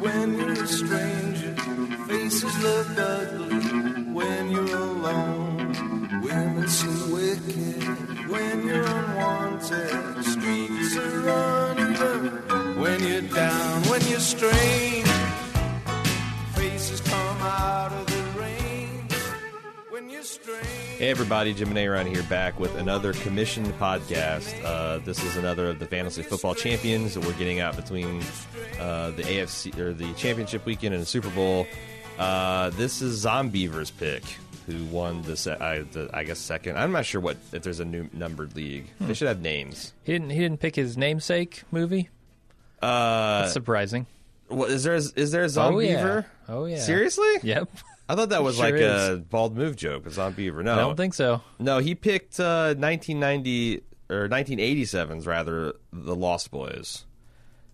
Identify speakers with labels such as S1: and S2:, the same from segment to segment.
S1: when you're a stranger. Faces look ugly when you're alone. Women seem wicked when you're unwanted. Streets are uneven when you're down, when you're strange. Faces come out of the rain when you're strange.
S2: Hey everybody, Jim and Aaron here back with another commissioned podcast. Uh, this is another of the fantasy football champions that we're getting out between uh, the AFC or the championship weekend and the Super Bowl. Uh, this is Zombiever's pick, who won the, se- I, the I guess second. I'm not sure what if there's a new numbered league.
S3: Hmm.
S2: They should have names.
S3: He didn't. He didn't pick his namesake movie.
S2: Uh,
S3: That's surprising.
S2: what, is there a, is there a
S3: Oh
S2: Zombiever?
S3: yeah. Oh yeah.
S2: Seriously?
S3: Yep.
S2: I thought that was
S3: Sure
S2: like
S3: is.
S2: a bald move joke. A Zombiever. No,
S3: I don't think so.
S2: No, he picked uh, 1990 or 1987's rather, The Lost Boys,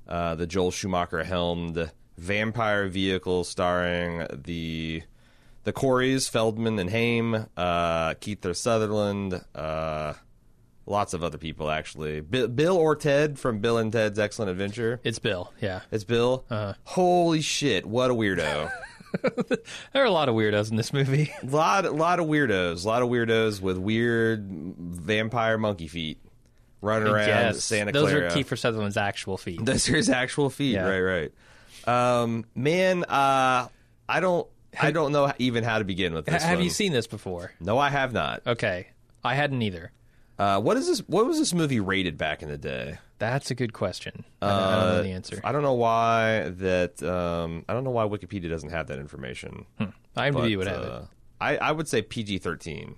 S2: uh, the Joel Schumacher helmed vampire vehicle starring the the Coreys, Feldman and Haim, uh, Keith Sutherland, uh, lots of other people actually. Bi- Bill or Ted from Bill and Ted's Excellent Adventure.
S3: It's Bill. Yeah.
S2: It's Bill. Holy shit! What a weirdo.
S3: There are a lot of weirdos in this movie.
S2: lot lot of weirdos, lot of weirdos with weird vampire monkey feet running around
S3: Yes.
S2: Santa
S3: Those
S2: Clara.
S3: are Kiefer Sutherland's actual feet.
S2: Those are his actual feet,
S3: Yeah.
S2: right? Right. Um, man, uh, I don't, I don't know even how to begin with
S3: Ha-
S2: this.
S3: Have
S2: one.
S3: you seen this before?
S2: No, I have not.
S3: Okay. I hadn't either.
S2: Uh, what is this? What was this movie rated back in the day? Uh,
S3: That's a good question. I don't, I don't know the answer.
S2: I don't know why that. Um, I don't know why Wikipedia doesn't have that information.
S3: IMDb Hmm. would have
S2: uh, I, I would say PG thirteen.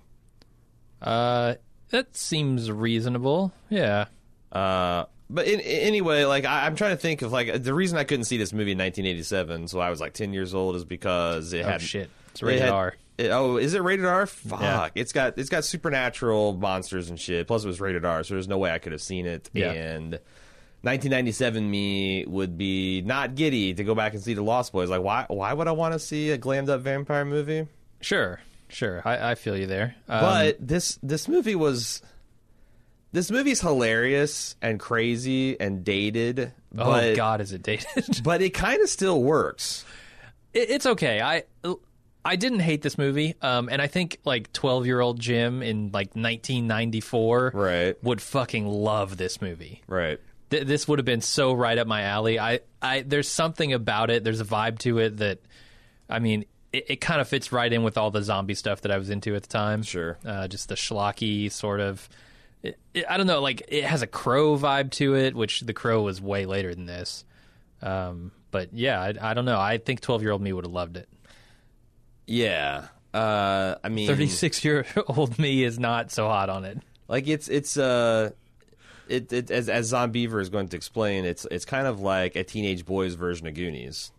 S3: it. Uh, that seems reasonable. Yeah.
S2: Uh, but in, in- anyway, like I, I'm trying to think of like the reason I couldn't see this movie in 1987, so I was like 10 years old, is because it
S3: Oh
S2: had
S3: shit. It's
S2: it
S3: rated
S2: had-
S3: R.
S2: it- oh, is it rated R? Fuck! It's got it's got supernatural monsters and shit. Plus, it was rated R, so there's no way I could have seen it.
S3: Yeah.
S2: And 1997 me would be not giddy to go back and see The Lost Boys. Like, why why would I want to see a glammed up vampire movie?
S3: Sure. Sure. I, I feel you there. Um,
S2: But this this movie was this movie's hilarious and crazy and dated.
S3: oh
S2: but,
S3: God, is it dated?
S2: But it kind of still works.
S3: it, it's okay. I I didn't hate this movie, um, and I think like twelve year old Jim in like 1994
S2: Right.
S3: would fucking love this movie.
S2: Right.
S3: Th- this would have been so right up my alley. I, I there's something about it. There's a vibe to it that, I mean, it, it kind of fits right in with all the zombie stuff that I was into at the time.
S2: Sure.
S3: uh, just the schlocky sort of. It, it, I don't know, like it has a crow vibe to it, which the crow was way later than this. Um, but yeah, I, I don't know. I think twelve year old me would have loved it.
S2: Mm. Yeah. Uh, I mean,
S3: 36 year old me is not so hot on it.
S2: like it's it's uh, it, it as as Zombiever is going to explain, it's it's kind of like a teenage boy's version of Goonies.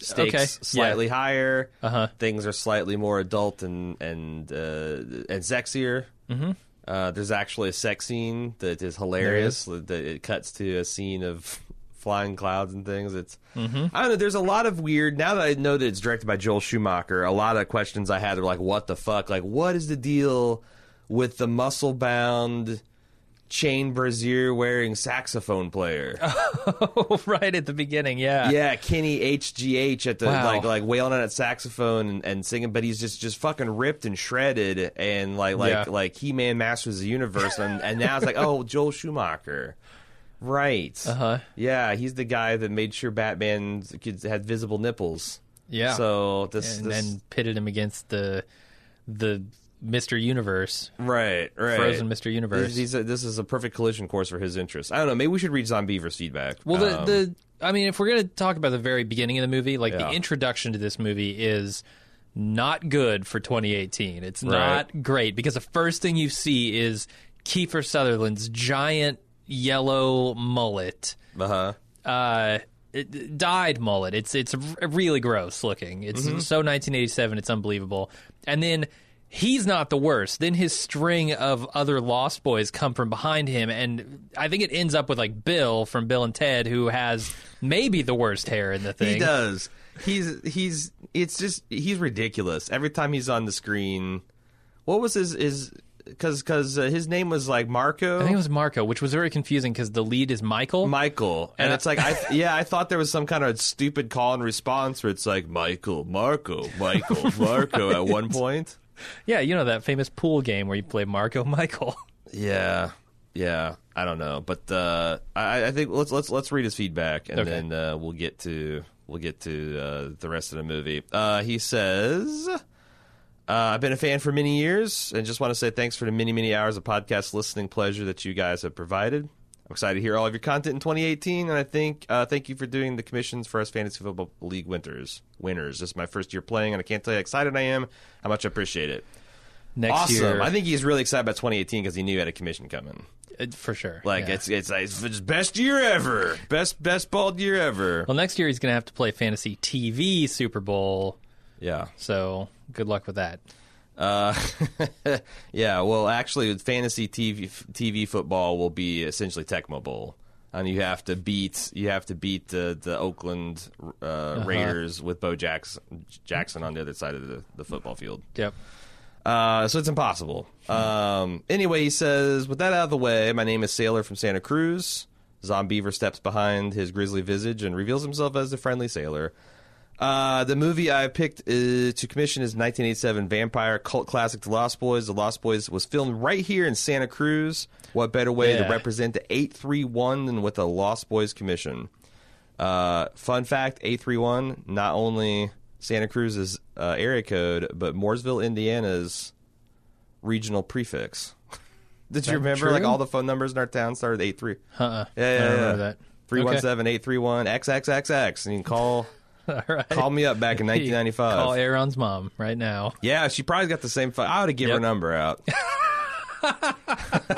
S2: Stakes
S3: Okay,
S2: slightly higher.
S3: Uh-huh.
S2: Things are slightly more adult and and uh, and sexier. Mm-hmm. Uh, there's actually a sex scene that is hilarious. That it cuts to a scene of flying clouds and things. It's I don't know. There's a lot of weird. Now that I know that it's directed by Joel Schumacher, a lot of questions I had were like, "What the fuck? Like, what is the deal with the muscle bound?" Chain brazier wearing saxophone player.
S3: right at the beginning, yeah.
S2: Yeah, Kenny HGH at the
S3: Wow.
S2: like like wailing on that saxophone and, and singing, but he's just just fucking ripped and shredded and like like
S3: Yeah.
S2: like He Man masters the universe and, and now it's like oh Joel Schumacher, right? Uh
S3: Uh-huh.
S2: Yeah, he's the guy that made sure Batman kids had visible nipples.
S3: Yeah.
S2: So this
S3: and
S2: this
S3: then pitted him against the the Mr. Universe,
S2: right right
S3: Frozen Mr.
S2: This,
S3: Universe.
S2: these are- this is a perfect collision course for his interests. I don't know. Maybe we should read Zombiever's feedback.
S3: well, the,
S2: Um,
S3: the I mean, if we're going to talk about the very beginning of the movie, like
S2: Yeah.
S3: the introduction to this movie is not good for 2018. It's not great because the first thing you see is Kiefer Sutherland's giant yellow mullet.
S2: uh-huh.
S3: uh, it, dyed mullet. It's it's r- really gross looking. It's
S2: Mm-hmm.
S3: so 1987. It's unbelievable. And then he's not the worst. Then his string of other Lost Boys come from behind him, and I think it ends up with like Bill from Bill and Ted, who has maybe the worst hair in the thing.
S2: He does. He's he's it's just he's ridiculous. Every time he's on the screen, what was his his because because uh, his name was like Marco.
S3: I think it was Marco, which was very confusing because the lead is Michael.
S2: Michael, and it's like, I yeah, I thought there was some kind of stupid call and response where it's like Michael, Marco, Michael, Marco at one point.
S3: yeah, you know that famous pool game where you play Marco Michael.
S2: Yeah, yeah, I don't know, but uh, I, I think let's let's let's read his feedback and
S3: Okay.
S2: then uh, we'll get to we'll get to uh, the rest of the movie. Uh, he says. Uh, I've been a fan for many years and just want to say thanks for the many, many hours of podcast listening pleasure that you guys have provided. I'm excited to hear all of your content in 2018, and I think uh, thank you for doing the commissions for us fantasy football league winners. Winners. This is my first year playing, and I can't tell you how excited I am. How much I appreciate it.
S3: Next
S2: awesome.
S3: year,
S2: I think he's really excited about 2018 because he knew he had a commission coming.
S3: think Uh, for sure.
S2: Like
S3: yeah.
S2: it's it's like, it's it's best year ever, best best bald year ever.
S3: well, next year he's going to have to play fantasy TV Super Bowl.
S2: Yeah,
S3: So good luck with that.
S2: uh, yeah. Well, actually, with fantasy TV f- TV football will be essentially Tecmo Bowl, and you have to beat you have to beat the the Oakland uh,
S3: Uh-huh.
S2: Raiders with Bo Jackson Jackson on the other side of the, the football field.
S3: Yep.
S2: Uh, so it's impossible. Um, anyway, he says, with that out of the way, my name is Sailor from Santa Cruz. Zombeaver steps behind his grisly visage and reveals himself as the friendly sailor. Uh, the movie I picked uh, to commission is 1987 vampire cult classic The Lost Boys. The Lost Boys was filmed right here in Santa Cruz. What better way to
S3: Yeah.
S2: represent the 831 than with a Lost Boys commission? Uh, fun fact: eight three one. Not only Santa Cruz's uh, area code, but Mooresville, Indiana's regional prefix. Did you remember? Like
S3: true?
S2: all the phone numbers in our town started with eight three.
S3: Uh-uh.
S2: Yeah, yeah,
S3: I don't
S2: yeah.
S3: remember that.
S2: Three one seven eight three one XXXX, and you can call
S3: All right.
S2: call me up back in nineteen ninety
S3: Call
S2: five.
S3: Aaron's mom right now.
S2: Yeah, she probably got the same. Phone. I ought to give her
S3: Yep.
S2: number out. Because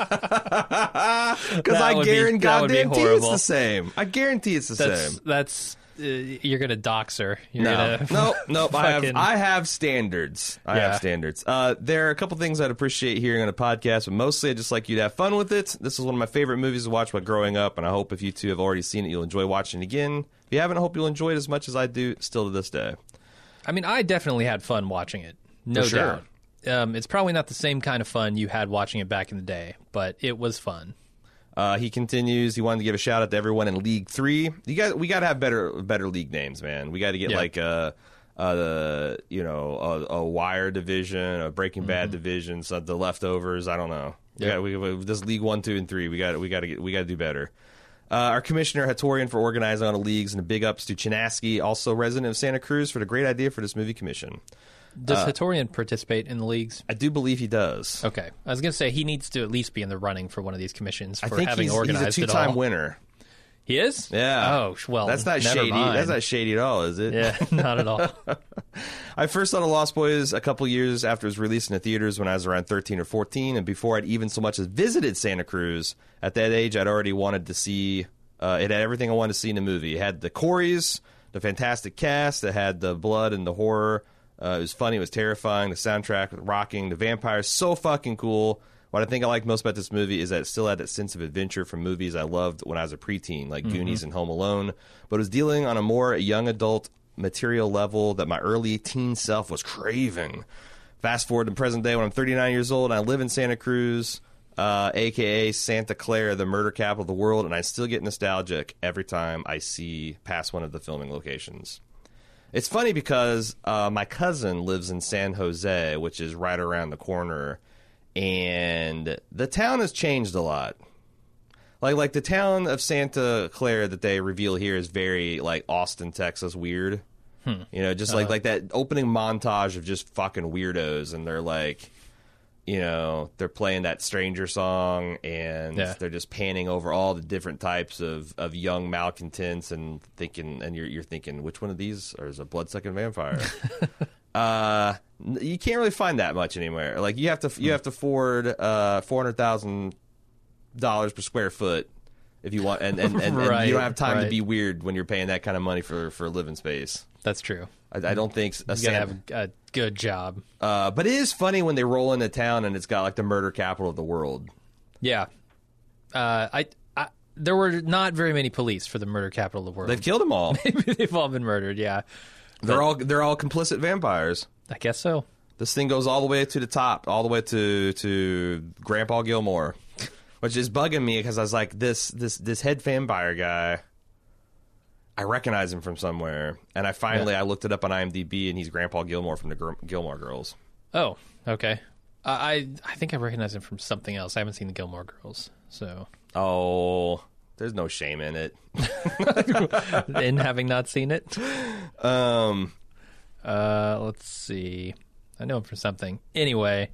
S3: That
S2: I
S3: would be-
S2: guarantee,
S3: that would be
S2: goddamn, it's the
S3: horrible.
S2: same. I guarantee it's the same.
S3: That's that's uh, you're gonna dox her. You're
S2: No,
S3: gonna
S2: no, nope. I have
S3: fucking-
S2: I have standards. I have
S3: Yeah.
S2: standards. Uh, there are a couple things I'd appreciate hearing on a podcast, but mostly I just like you to have fun with it. This is one of my favorite movies to watch while growing up, and I hope if you two have already seen it, you'll enjoy watching it again. If you haven't, I hope you'll enjoy it as much as I do still to this day.
S3: I mean, I definitely had fun watching it. No
S2: For sure.
S3: doubt. Um, it's probably not the same kind of fun you had watching it back in the day, but it was fun.
S2: Uh, he continues. He wanted to give a shout out to everyone in League Three. You got we got to have better better league names, man. We got to get
S3: Yeah.
S2: like a, a you know a, a Wire division, a Breaking Bad division, so the leftovers. I don't know.
S3: Mm-hmm. Yeah.
S2: Yeah, we, we this League One, Two, and Three. We got we got to get we got to do better. Uh, our commissioner Hatorian for organizing all the leagues and a big ups to Chinaski, also resident of Santa Cruz, for the great idea for this movie commission.
S3: Does
S2: Uh,
S3: Hatorian participate in the leagues?
S2: I do believe he does.
S3: Okay, I was gonna say he needs to at least be in the running for one of these commissions
S2: I
S3: for
S2: think
S3: having
S2: he's, he's
S3: organized
S2: a
S3: it
S2: two-time
S3: all.
S2: winner.
S3: He is.
S2: Yeah.
S3: Oh sh- well,
S2: That's not
S3: never
S2: shady.
S3: mind.
S2: That's not shady at all, is it?
S3: yeah, not at all.
S2: I first saw The Lost Boys a couple years after it was released in the theaters when I was around 13 or 14, and before I'd even so much as visited Santa Cruz. At that age, I'd already wanted to see uh, it had everything I wanted to see in a movie. It had the Coreys, the fantastic cast, it had the blood and the horror. Uh, it was funny, it was terrifying. The soundtrack, was rocking, the vampires, so fucking cool. What I think I liked most about this movie is that it still had that sense of adventure from movies I loved when I was a preteen, like Goonies and Home Alone, but it was dealing on a more young adult material level that my early teen self was craving. Fast forward to present day when I'm 39 years old and I live in Santa Cruz, uh, aka Santa Clara, the murder capital of the world, and I still get nostalgic every time I see past one of the filming locations. It's funny because uh, my cousin lives in San Jose, which is right around the corner, and the town has changed a lot. Like like the town of Santa Clara that they reveal here is very like Austin, Texas weird. You know, just like like that opening montage of just fucking weirdos, and they're like, you know, they're playing that Stranger song, and
S3: Yeah.
S2: they're just panning over all the different types of, of young malcontents, and thinking, and you're you're thinking, which one of these is a bloodsucking vampire? uh, n- you can't really find that much anywhere. Like you have to
S3: Hmm.
S2: you have to forward uh four hundred thousand dollars per square foot if you want, and and, and, and you don't
S3: Right,
S2: have time to
S3: right.
S2: be weird when you're paying that kind of money for for living space.
S3: That's true.
S2: I, I don't think s- a
S3: You gotta
S2: Santa,
S3: have a good job.
S2: uh, but it is funny when they roll into town and it's got like the murder capital of the world.
S3: Yeah. Uh, I, I there were not very many police for the murder capital of the world.
S2: They've killed them all.
S3: They've all been murdered. Yeah,
S2: they're all they're all complicit vampires.
S3: I guess so.
S2: This thing goes all the way to the top, all the way to to Grandpa Gilmore, which is bugging me because I was like, this this this head fan buyer guy. I recognize him from somewhere, and I finally I looked it up on IMDb, and he's Grandpa Gilmore from the Gr- Gilmore Girls.
S3: Oh, okay. I I I think I recognize him from something else. I haven't seen the Gilmore Girls, so
S2: Oh, there's no shame in it.
S3: in having not seen it,
S2: Um,
S3: uh, let's see. I know him from something. Anyway,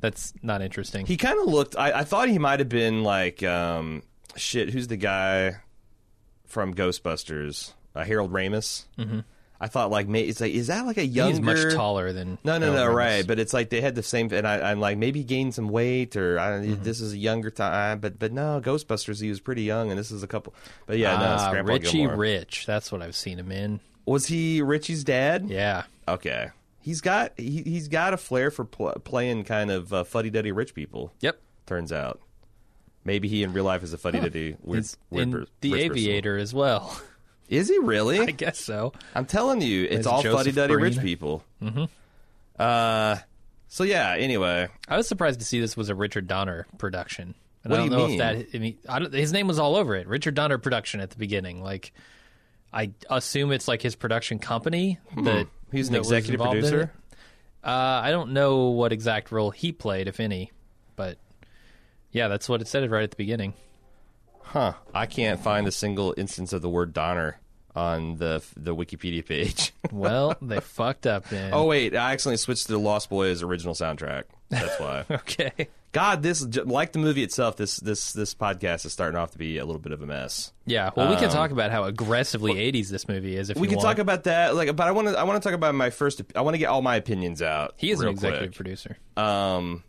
S3: that's not interesting.
S2: He kind of looked. I, I thought he might have been like, um, shit. Who's the guy from Ghostbusters? Uh, Harold Ramis. Mm-hmm. I thought like, may, it's like, is that like a younger?
S3: He's much taller than
S2: No, no, no,
S3: Harold Ramis.
S2: right. But it's like they had the same. And I, I'm like, maybe he gained some weight, or I,
S3: Mm-hmm.
S2: this is a younger time. But but no, Ghostbusters. He was pretty young, and this is a couple. But yeah, no, it's
S3: Ah,
S2: Grandpa
S3: Richie
S2: Gilmore.
S3: Rich. That's what I've seen him in.
S2: was he Richie's dad?
S3: Yeah.
S2: Okay. He's got he, he's got a flair for pl- playing kind of uh, fuddy-duddy rich people.
S3: Yep.
S2: turns out. Maybe he in real life is a fuddy duddy weird,
S3: He's
S2: weird
S3: in
S2: per-
S3: The
S2: rich
S3: Aviator as well.
S2: Person. Is he really?
S3: I guess so.
S2: I'm telling you, it's
S3: As
S2: all
S3: Joseph
S2: fuddy duddy rich
S3: Breen.
S2: people. Mm-hmm. Uh, so yeah. Anyway,
S3: I was surprised to see this was a Richard Donner production. And
S2: What
S3: I
S2: do
S3: don't
S2: you
S3: know
S2: mean?
S3: if that I mean, I don't, his name was all over it. Richard Donner production at the beginning. Like I assume it's like his production company that
S2: Hmm. he's an
S3: that was
S2: executive
S3: involved in it.
S2: producer.
S3: Uh, I don't know what exact role he played, if any, but yeah, that's what it said right at the beginning.
S2: Huh? I can't find a single instance of the word Donner on the the Wikipedia page.
S3: Well, they fucked up then.
S2: oh wait, I accidentally switched to the Lost Boys original soundtrack. That's why.
S3: okay.
S2: God, this j- like the movie itself. This this this podcast is starting off to be a little bit of a mess.
S3: Yeah, well, we can talk about how aggressively '80s this movie is. If
S2: Um, we
S3: you
S2: can
S3: want.
S2: talk about that like but i want to i want to talk about my first op- i want to get all my opinions out
S3: He is an
S2: real
S3: executive
S2: quick.
S3: producer.
S2: um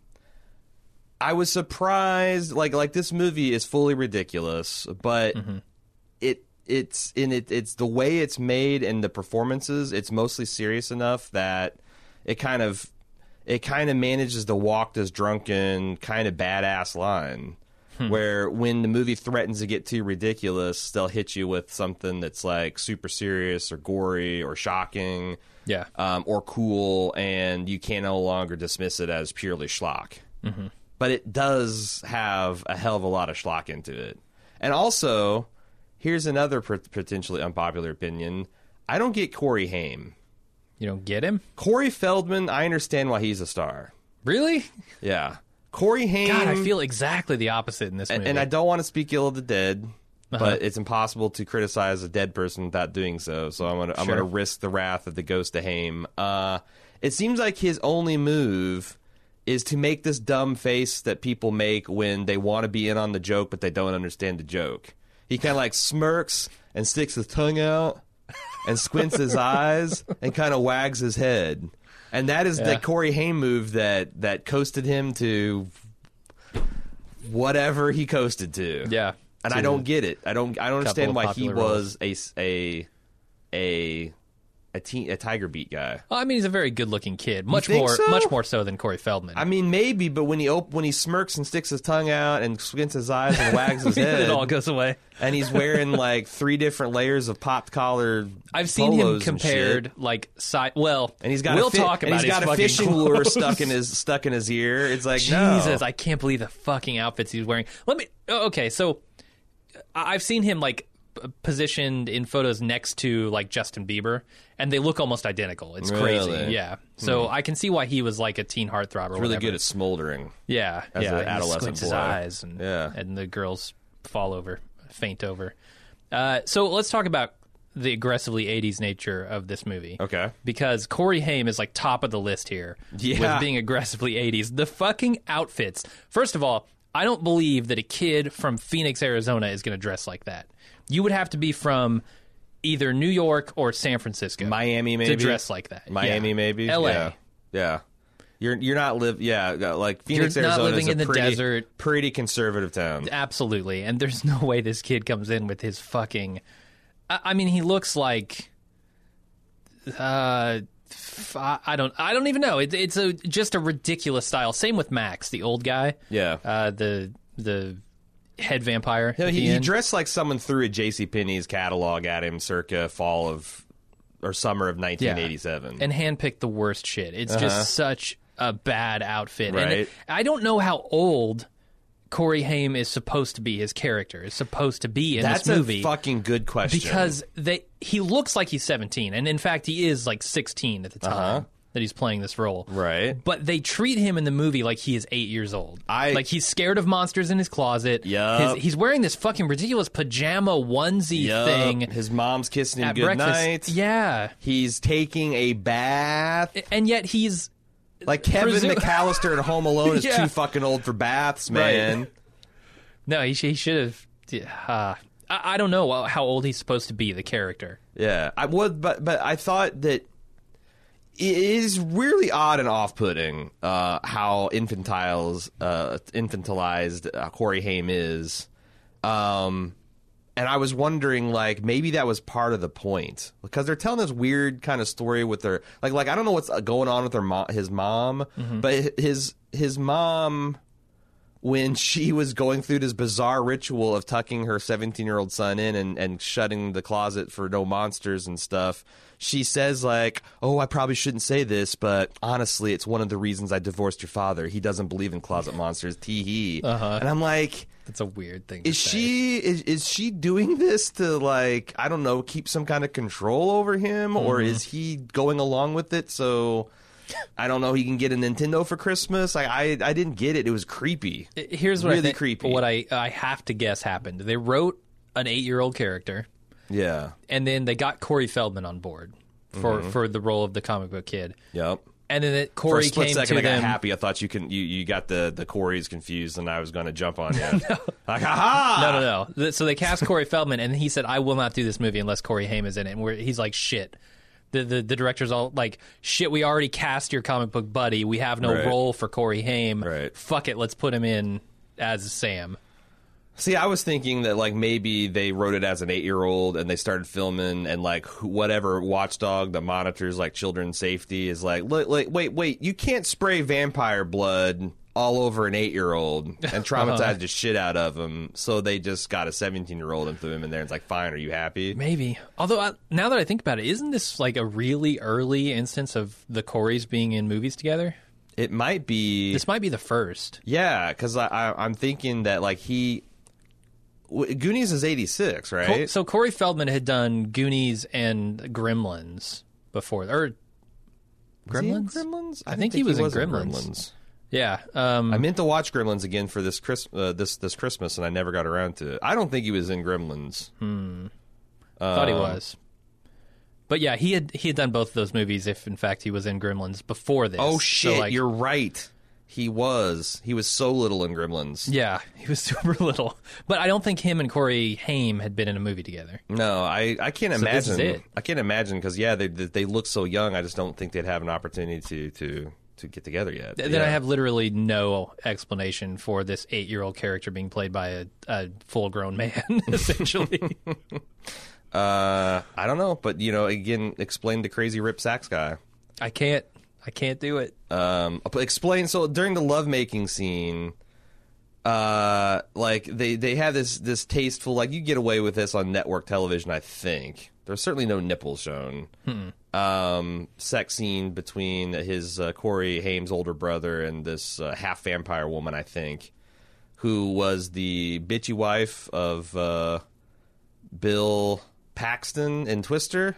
S2: i was surprised like like this movie is fully ridiculous but it it's in it it's the way it's made and the performances it's mostly serious enough that it kind of it kind of manages to walk this drunken kind of badass line where when the movie threatens to get too ridiculous they'll hit you with something that's like super serious or gory or shocking
S3: Yeah.
S2: um, or cool and you can no longer dismiss it as purely schlock
S3: Mm-hmm.
S2: but it does have a hell of a lot of schlock into it. And also, here's another pot- potentially unpopular opinion: I don't get Corey Haim.
S3: You don't get him,
S2: Corey Feldman, I understand why he's a star.
S3: really?
S2: Yeah, Corey Haim.
S3: God, I feel exactly the opposite in this
S2: Mm. and,
S3: movie.
S2: and I don't want to speak ill of the dead. But it's impossible to criticize a dead person without doing so. So I'm gonna I'm
S3: Sure.
S2: gonna risk the wrath of the ghost of Haim. Uh, it seems like his only move is to make this dumb face that people make when they want to be in on the joke but they don't understand the joke. He kind of like smirks and sticks his tongue out and squints his eyes and kind of wags his head. And that is the
S3: Yeah.
S2: Corey Haim move that that coasted him to whatever he coasted to.
S3: yeah,
S2: And I don't get it. I don't. I don't understand
S3: of
S2: why he
S3: popular
S2: was a s- a a a, teen, a tiger beat guy.
S3: Well, Oh, I mean, he's a very good-looking kid, much
S2: think
S3: more,
S2: so?
S3: much more so than Corey Feldman.
S2: I mean, maybe, but when he op- when he smirks and sticks his tongue out and squints his eyes and wags his
S3: it
S2: head,
S3: all goes away.
S2: and he's wearing like three different layers of popped collar.
S3: I've seen him
S2: polos and shit.
S3: compared, like side. Well,
S2: And he's got
S3: We'll
S2: a fi-
S3: talk
S2: and
S3: about
S2: he's
S3: his
S2: got a
S3: fucking
S2: fishing lure
S3: clothes.
S2: stuck in his stuck in his ear. It's like
S3: Jesus,
S2: no.
S3: I can't believe the fucking outfits he's wearing. Let me. oh, Okay, so I- I've seen him like p- positioned in photos next to like Justin Bieber, and they look almost identical. It's
S2: Really? Hmm.
S3: crazy. Yeah. So I can see why he was like a teen heartthrob or
S2: really
S3: whatever.
S2: good at smoldering.
S3: yeah,
S2: as
S3: yeah.
S2: an
S3: and he
S2: adolescent
S3: squints his
S2: boy.
S3: eyes, and
S2: Yeah.
S3: and the girls fall over, faint over. Uh, so let's talk about the aggressively '80s nature of this movie
S2: Okay.
S3: because Corey Haim is like top of the list here
S2: Yeah.
S3: with being aggressively 80s. The fucking outfits. First of all, I don't believe that a kid from Phoenix, Arizona is going to dress like that. You would have to be from either New York or San Francisco.
S2: Miami, maybe
S3: To dress like that.
S2: Miami,
S3: Yeah.
S2: maybe
S3: LA.
S2: Yeah, yeah. You're you're not live. Yeah, uh, like Phoenix,
S3: You're not
S2: Arizona
S3: living
S2: is a
S3: in the
S2: pretty,
S3: desert.
S2: Pretty conservative town.
S3: Absolutely. And there's no way this kid comes in with his fucking. I, I mean, he looks like. Uh, f- I I don't. I don't even know. It, it's a just a ridiculous style. Same with Max, the old guy.
S2: Yeah.
S3: Uh, the the head vampire.
S2: No,
S3: at
S2: he,
S3: the
S2: he
S3: end.
S2: dressed like someone threw a J.C. Penney's catalog at him circa fall of or summer of 1987.
S3: and handpicked the worst shit. It's just such a bad outfit. And
S2: Uh-huh. Right.
S3: I don't know how old Corey Haim is supposed to be. His character is supposed to be in
S2: That's
S3: this movie
S2: a fucking good question.
S3: because they he looks like he's 17, and in fact he is like 16 at the time that he's playing this role.
S2: Uh-huh. right.
S3: But they treat him in the movie like he is eight years old.
S2: I-
S3: like he's scared of monsters in his closet.
S2: Yup.
S3: His- he's wearing this fucking ridiculous pajama onesie
S2: Yup.
S3: thing
S2: His mom's kissing him
S3: at
S2: good
S3: breakfast.
S2: night.
S3: Yeah,
S2: He's taking a bath.
S3: and yet he's
S2: Like Kevin
S3: Presu-
S2: McAllister in Home Alone is
S3: Yeah.
S2: too fucking old for baths, man.
S3: No, he, sh- he should have. Uh, I, I don't know how old he's supposed to be, the character.
S2: Yeah, I would, but but I thought that it is really odd and off-putting uh, how infantiles uh, infantilized uh, Corey Haim is. Um, and I was wondering, like, maybe that was part of the point because they're telling this weird kind of story with their like, like I don't know what's uh, going on with their mom, his mom, but his his mom when she was going through this bizarre ritual of tucking her 17 year old son in and, and shutting the closet for no monsters and stuff, she says, like, oh, I probably shouldn't say this, but honestly, it's one of the reasons I divorced your father. He doesn't believe in closet monsters. Tee hee. Uh-huh. And I'm like,
S3: That's a weird thing.
S2: is
S3: to say.
S2: she is, is she doing this to like I don't know keep some kind of control over him or is he going along with it so I don't know he can get a Nintendo for Christmas I I, I didn't get it it was creepy
S3: Here's what I
S2: really
S3: think,
S2: creepy.
S3: What I I have to guess happened. They wrote an eight year old character,
S2: yeah
S3: and then they got Corey Feldman on board for for the role of the comic book kid,
S2: yep
S3: and then it,
S2: Mm-hmm. for a
S3: Corey
S2: split
S3: came
S2: second
S3: to
S2: I got
S3: them.
S2: happy I thought you can you, you got the the Corey's confused and I was going to jump on you like haha
S3: No, no, no. Th- So they cast Corey Feldman, and he said, "I will not do this movie unless Corey Haim is in it." And we're, he's like, "Shit." The, the the director's all like, "Shit, we already cast your comic book buddy. We have no
S2: Right.
S3: role for Corey Haim.
S2: Right.
S3: Fuck it, let's put him in as Sam."
S2: See, I was thinking that like maybe they wrote it as an eight-year-old and they started filming and like wh- whatever watchdog that monitors like children's safety is like, look, like wait, wait, you can't spray vampire blood all over an eight-year-old
S3: Uh-huh.
S2: and traumatize the shit out of him. So they just got a seventeen-year-old and threw him in there. and It's like, fine, are you happy?
S3: Maybe. Although I, now that I think about it, isn't this like a really early instance of the Coreys being in movies together?
S2: It might be
S3: This might be the first.
S2: Yeah, because I, I, I'm thinking that like he, w- Goonies is '86,
S3: Col-
S2: right?
S3: So Corey Feldman had done Goonies and Gremlins before, or
S2: Was he in
S3: Gremlins?
S2: Gremlins. I,
S3: think
S2: didn't
S3: he was in
S2: in
S3: Gremlins. yeah. Um,
S2: I meant to watch Gremlins again for this Chris uh, this this Christmas, and I never got around to it. I don't think he was in Gremlins.
S3: Hmm.
S2: Um,
S3: Thought he was. But yeah, he had he had done both of those movies. If in fact he was in Gremlins before this.
S2: Oh
S3: So,
S2: shit,
S3: like,
S2: you're right. He was. He was so little in Gremlins.
S3: yeah, he was super little. But I don't think him and Corey Haim had been in a movie together.
S2: No, I, I can't
S3: this
S2: imagine.
S3: is it.
S2: I can't imagine because yeah, they they they look so young. I just don't think they'd have an opportunity to to to get together yet.
S3: Th- Then I have literally no explanation for this eight year old character being played by a, a full grown man, essentially.
S2: Uh, I don't know, but you know, again, explain the crazy Rip Sacks guy.
S3: I can't I can't do it.
S2: um but explain so during the lovemaking scene uh like they they have this this tasteful like you get away with this on network television i think there's certainly no nipples shown um sex scene between his uh, corey haim's older brother and this uh, half vampire woman i think who was the bitchy wife of uh bill paxton in twister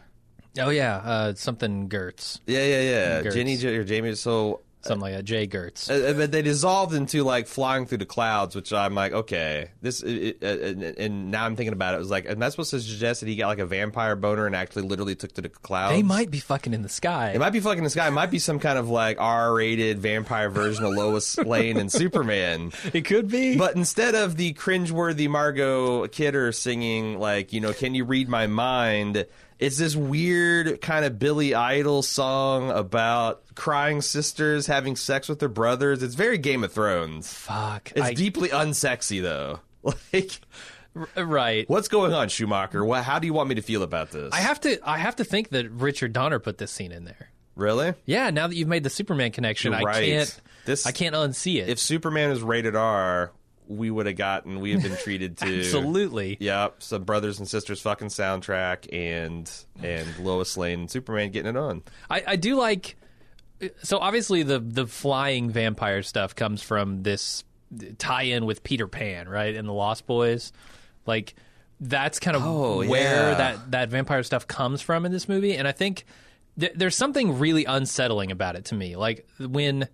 S3: Oh yeah, uh, something Gertz,
S2: yeah yeah yeah
S3: Gertz.
S2: jenny J- or jamie so
S3: something like that. Jay Gertz.
S2: uh, but they dissolved into like flying through the clouds, which I'm like, okay, this. It, it, and, and now I'm thinking about it. It was like, am I supposed to suggest that he got like a vampire boner and actually literally took to the clouds?
S3: they might be fucking in the sky.
S2: It might be fucking this guy. It might be some kind of like R-rated vampire version of Lois Lane and Superman.
S3: it could be.
S2: But instead of the cringeworthy Margot Kidder singing like, you know, can you read my mind? It's this weird kind of Billy Idol song about crying sisters having sex with their brothers. It's very Game of Thrones.
S3: Fuck.
S2: It's
S3: I-
S2: deeply unsexy though. Like,
S3: right.
S2: what's going on, Schumacher? What, how do you want me to feel about this?
S3: I have to I have to think that Richard Donner put this scene in there.
S2: really?
S3: Yeah, now that you've made the Superman connection,
S2: You're
S3: I
S2: right.
S3: can't
S2: This-
S3: I can't unsee it.
S2: If Superman is rated R, we would have gotten, we have been treated to.
S3: Absolutely.
S2: Yep, some brothers and sisters fucking soundtrack and and Lois Lane and Superman getting it on.
S3: I, I do like. So obviously the the flying vampire stuff comes from this tie-in with Peter Pan, right? And the Lost Boys, like that's kind of
S2: Oh,
S3: where
S2: yeah.
S3: that that vampire stuff comes from in this movie. And I think th- there's something really unsettling about it to me, like when.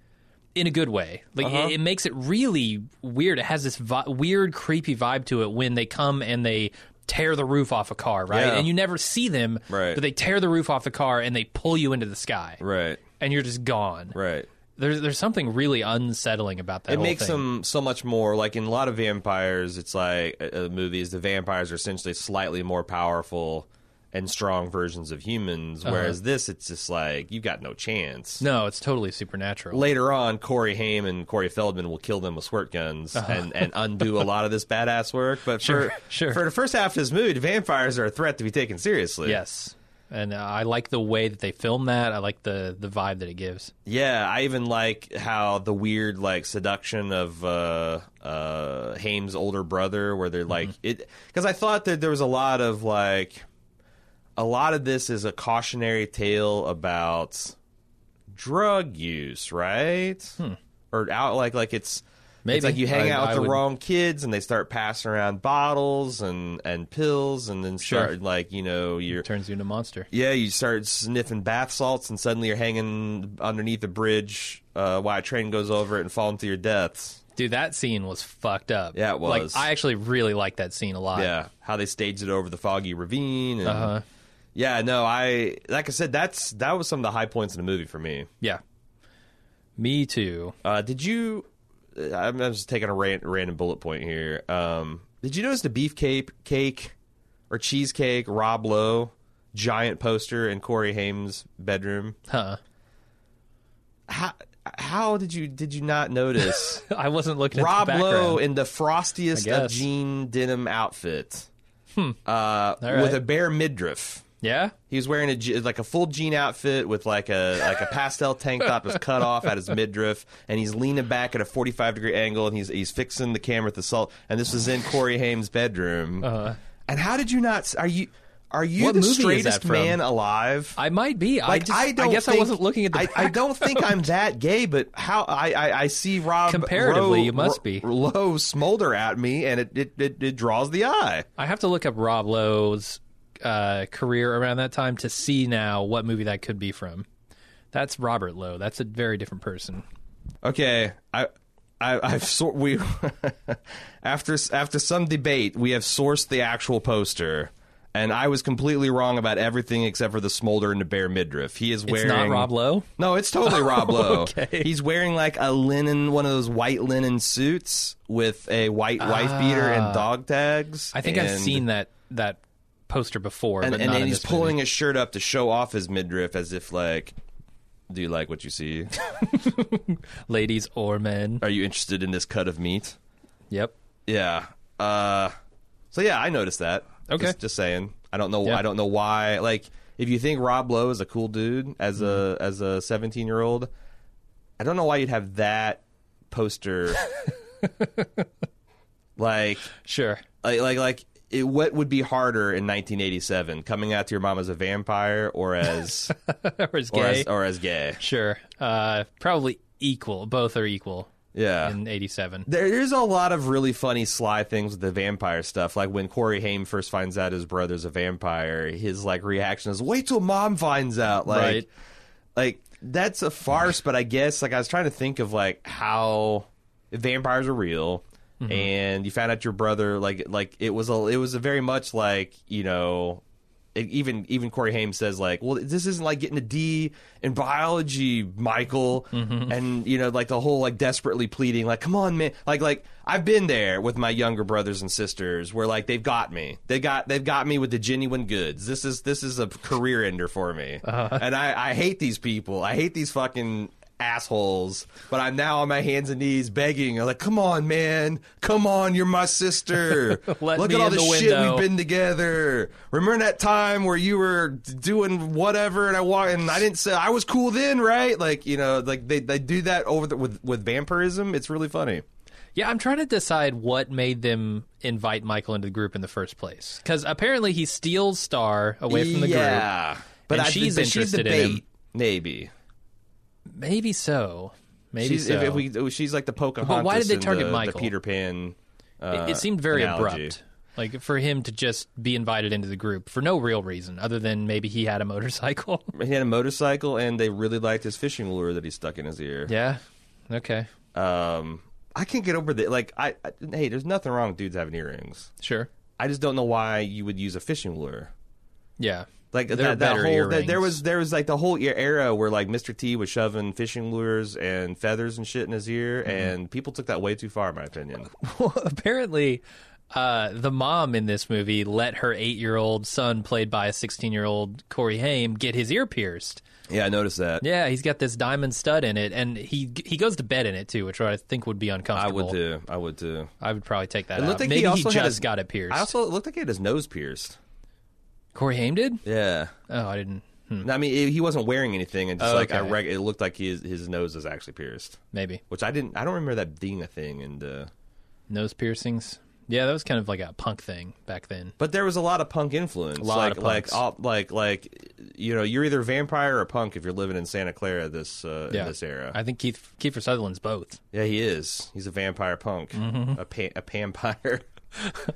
S3: In a good way, like
S2: Uh-huh.
S3: it, it makes it really weird. It has this vi- weird, creepy vibe to it when they come and they tear the roof off a car, right?
S2: Yeah.
S3: And you never see them,
S2: Right.
S3: But they tear the roof off the car and they pull you into the sky,
S2: Right,
S3: And you're just gone.
S2: right.
S3: There's there's something really unsettling about that.
S2: It
S3: whole
S2: makes
S3: thing.
S2: them so much more like in a lot of vampires. It's like uh, uh, movies. The vampires are essentially slightly more powerful and strong versions of humans. Whereas this, it's just like you've got Uh-huh. no chance.
S3: No, it's totally supernatural.
S2: Later on, Corey Haim and Corey Feldman will kill them with squirt guns and, and undo a lot of this badass work. But for,
S3: Sure, sure.
S2: for the first half of this movie, the vampires are a threat to be taken seriously.
S3: yes, and uh, I like the way that they film that. I like the the vibe that it gives.
S2: Yeah, I even like how the weird like seduction of uh uh Haim's older brother where
S3: Mm-hmm.
S2: they're like it cuz I thought that there was a lot of like a lot of this is a cautionary tale about drug use, right? Or out like like it's
S3: Hmm. Maybe.
S2: it's like you hang
S3: I-
S2: out with
S3: I
S2: the
S3: would-
S2: wrong kids and they start passing around bottles and and pills and then
S3: Sure.
S2: start like, you know, you're
S3: Turns you into a monster.
S2: yeah, you start sniffing bath salts, and suddenly you're hanging underneath a bridge uh, while a train goes over it and falling to your deaths.
S3: Dude, that scene was fucked up.
S2: Yeah, it was.
S3: Like I actually really like that scene a lot.
S2: Yeah, how they staged it over the foggy ravine. And,
S3: Uh-huh.
S2: Yeah, no, I like I said that's that was some of the high points in the movie for me.
S3: yeah. Me too.
S2: Uh, did you? uh, I'm I'm just taking a ran- random bullet point here. Um, did you notice the beefcake cake or cheesecake Rob Lowe giant poster in Corey Haim's bedroom?
S3: Huh.
S2: How how did you did you not notice?
S3: I wasn't looking at
S2: Rob
S3: the background.
S2: Lowe in the frostiest
S3: I guess. Hmm.
S2: of jean denim outfit, uh,
S3: right.
S2: with a bare midriff.
S3: yeah.
S2: He was wearing a je- like a full jean outfit with like a like a pastel tank top that's cut off at his midriff, and he's leaning back at a forty five degree angle, and he's he's fixing the camera with the salt. And this was in Corey Haim's bedroom. And how did you not? s- Are you are you
S3: Uh-huh. What
S2: the
S3: movie is that
S2: straightest
S3: from?
S2: man alive?
S3: I might be. I
S2: Like
S3: just, I,
S2: don't
S3: guess I
S2: think-
S3: wasn't looking at the.
S2: I, I don't think I'm that gay, but how I, I, I see Rob
S3: Comparatively,
S2: Rowe-
S3: you must
S2: Ro-
S3: be.
S2: Lowe smolder at me, and it it, it, it draws the eye.
S3: I have to look up Rob Lowe's uh, career around that time to see now what movie that could be from. That's Robert Lowe. That's a very different person.
S2: Okay, I. I, I've sor- we after s- after some debate we have sourced the actual poster, and I was completely wrong about everything except for the smolder and the bare midriff. He is
S3: It's
S2: wearing
S3: not Rob Lowe.
S2: No, it's totally Rob Lowe.
S3: Okay.
S2: He's wearing like a linen, one of those white linen suits with a white wife beater and dog tags.
S3: Ah. I think I've
S2: and-
S3: seen that that poster before,
S2: And,
S3: but
S2: and
S3: not
S2: then
S3: in
S2: he's
S3: this
S2: pulling his shirt up to show off his midriff as if like, do you like what you see?
S3: movie. ladies or men.
S2: Are you interested in this cut of meat?
S3: Yep.
S2: Yeah. Uh, so yeah, I noticed that.
S3: Okay.
S2: Just, just saying. I don't know.
S3: Yeah.
S2: I don't know why. Like, if you think Rob Lowe is a cool dude as a
S3: Mm-hmm.
S2: as a seventeen year old, I don't know why you'd have that poster. like,
S3: Sure.
S2: like, like, like it, what would be harder in 1987, coming out to your mom as a vampire or as
S3: or is
S2: or
S3: gay.
S2: as, or as gay?
S3: sure. Uh, probably equal. Both are equal
S2: Yeah.
S3: in '87.
S2: There's a lot of really funny, sly things with the vampire stuff. Like when Corey Haim first finds out his brother's a vampire, his like reaction is, "Wait till mom finds out." Like,
S3: Right.
S2: like that's a farce. But I guess like I was trying to think of like how if vampires are real, and you found out your brother like like it was a it was a very much like you know. it- Even even Corey Haim says like, well, this isn't like getting a D in biology, Michael, and you know like the whole like desperately pleading like, come on, man, like like I've been there with my younger brothers and sisters where like they've got me, they got they've got me with the genuine goods. This is this is a career ender for me,
S3: Uh-huh.
S2: and I I hate these people. I hate these fucking assholes. But I'm now on my hands and knees begging. I'm like, come on, man. Come on, you're my sister.
S3: Let
S2: Look
S3: me
S2: at all
S3: in
S2: the,
S3: the
S2: shit
S3: window."
S2: we've been together. Remember that time where you were doing whatever and I wa- and I didn't say I was cool then, right? Like, you know, like they, they do that over the, with with vampirism. It's really funny.
S3: Yeah, I'm trying to decide what made them invite Michael into the group in the first place. Because apparently he steals Star away from the group.
S2: yeah, but
S3: And
S2: I,
S3: she's
S2: but she's the
S3: interested
S2: bait.
S3: in him.
S2: Maybe.
S3: Maybe so. Maybe
S2: She's,
S3: so.
S2: if, if we, oh, she's like the Pocahontas.
S3: why did they
S2: in
S3: target
S2: the,
S3: Michael?
S2: The Peter Pan. Uh,
S3: it, it seemed very
S2: analogy.
S3: abrupt. Like for him to just be invited into the group for no real reason other than maybe he had a motorcycle.
S2: He had a motorcycle, and they really liked his fishing lure that he stuck in his ear.
S3: yeah. Okay.
S2: Um, I can't get over the like. I, I hey, there's nothing wrong with dudes having earrings.
S3: Sure.
S2: I just don't know why you would use a fishing lure.
S3: Yeah.
S2: Like
S3: There are
S2: that, that
S3: better
S2: whole that, there
S3: earrings.
S2: was there was like the whole e- era where like Mr. T was shoving fishing lures and feathers and shit in his ear, and people took that way too far, in my opinion.
S3: Well, apparently, uh, the mom in this movie let her eight-year-old son, played by a sixteen-year-old Corey Haim, get his ear pierced.
S2: Yeah, I noticed that.
S3: Yeah, he's got this diamond stud in it, and he he goes to bed in it too, which I think would be
S2: I
S3: uncomfortable.
S2: would too. I would too.
S3: I would probably take that.
S2: It
S3: out.
S2: looked like
S3: Maybe
S2: he also
S3: just
S2: had his,
S3: got it pierced.
S2: I also it looked like he had his nose pierced.
S3: Corey Haim did.
S2: Yeah.
S3: Oh, I didn't. Hmm,
S2: No, I mean, it, he wasn't wearing anything, and just
S3: Oh,
S2: like I
S3: okay.
S2: reg- it looked like his his nose was actually pierced,
S3: maybe
S2: which I didn't. I don't remember that being a thing. And uh,
S3: nose piercings. Yeah, that was kind of like a punk thing back then.
S2: but there was a lot of punk influence,
S3: lot
S2: like
S3: of punks.
S2: like all, like like you know, you're either a vampire or a punk if you're living in Santa Clara this uh,
S3: Yeah,
S2: in this era.
S3: I think Keith Kiefer Sutherland's both
S2: yeah, he is. He's a vampire punk,
S3: Mm-hmm.
S2: a pa- a vampire.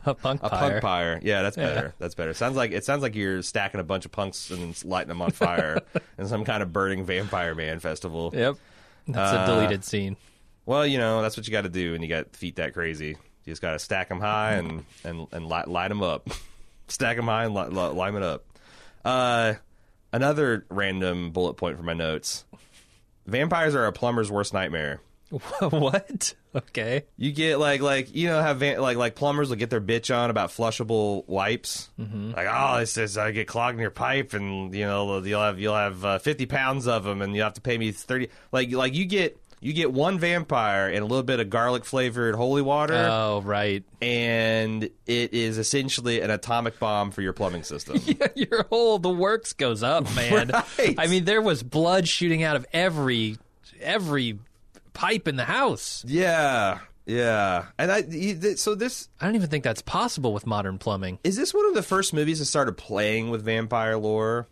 S3: a punk.
S2: A punk pyre, yeah, that's better. That's better. Sounds like it sounds like you're stacking a bunch of punks and then lighting them on fire in some kind of burning vampire man festival.
S3: Yep, that's
S2: Uh,
S3: a deleted scene.
S2: Well, you know, that's what you got to do when you got feet that crazy. You just got to stack them high and and and light, light them up, stack them high and li- li- lime it up. Uh, another random bullet point for my notes: vampires are a plumber's worst nightmare.
S3: what? Okay.
S2: You get like like you know how van- like like plumbers will get their bitch on about flushable wipes. Like oh, it says I get clogged in your pipe, and you know you'll have you'll have uh, fifty pounds of them, and you will have to pay me thirty. Like like you get you get one vampire and a little bit of garlic flavored holy water,
S3: Oh, right.
S2: and it is essentially an atomic bomb for your plumbing system.
S3: Your whole the works goes up, man.
S2: Right.
S3: I mean, there was blood shooting out of every every pipe in the house.
S2: yeah, yeah, and I you- th- so this
S3: I don't even think that's possible with modern plumbing.
S2: Is this one of the first movies that started playing with vampire lore?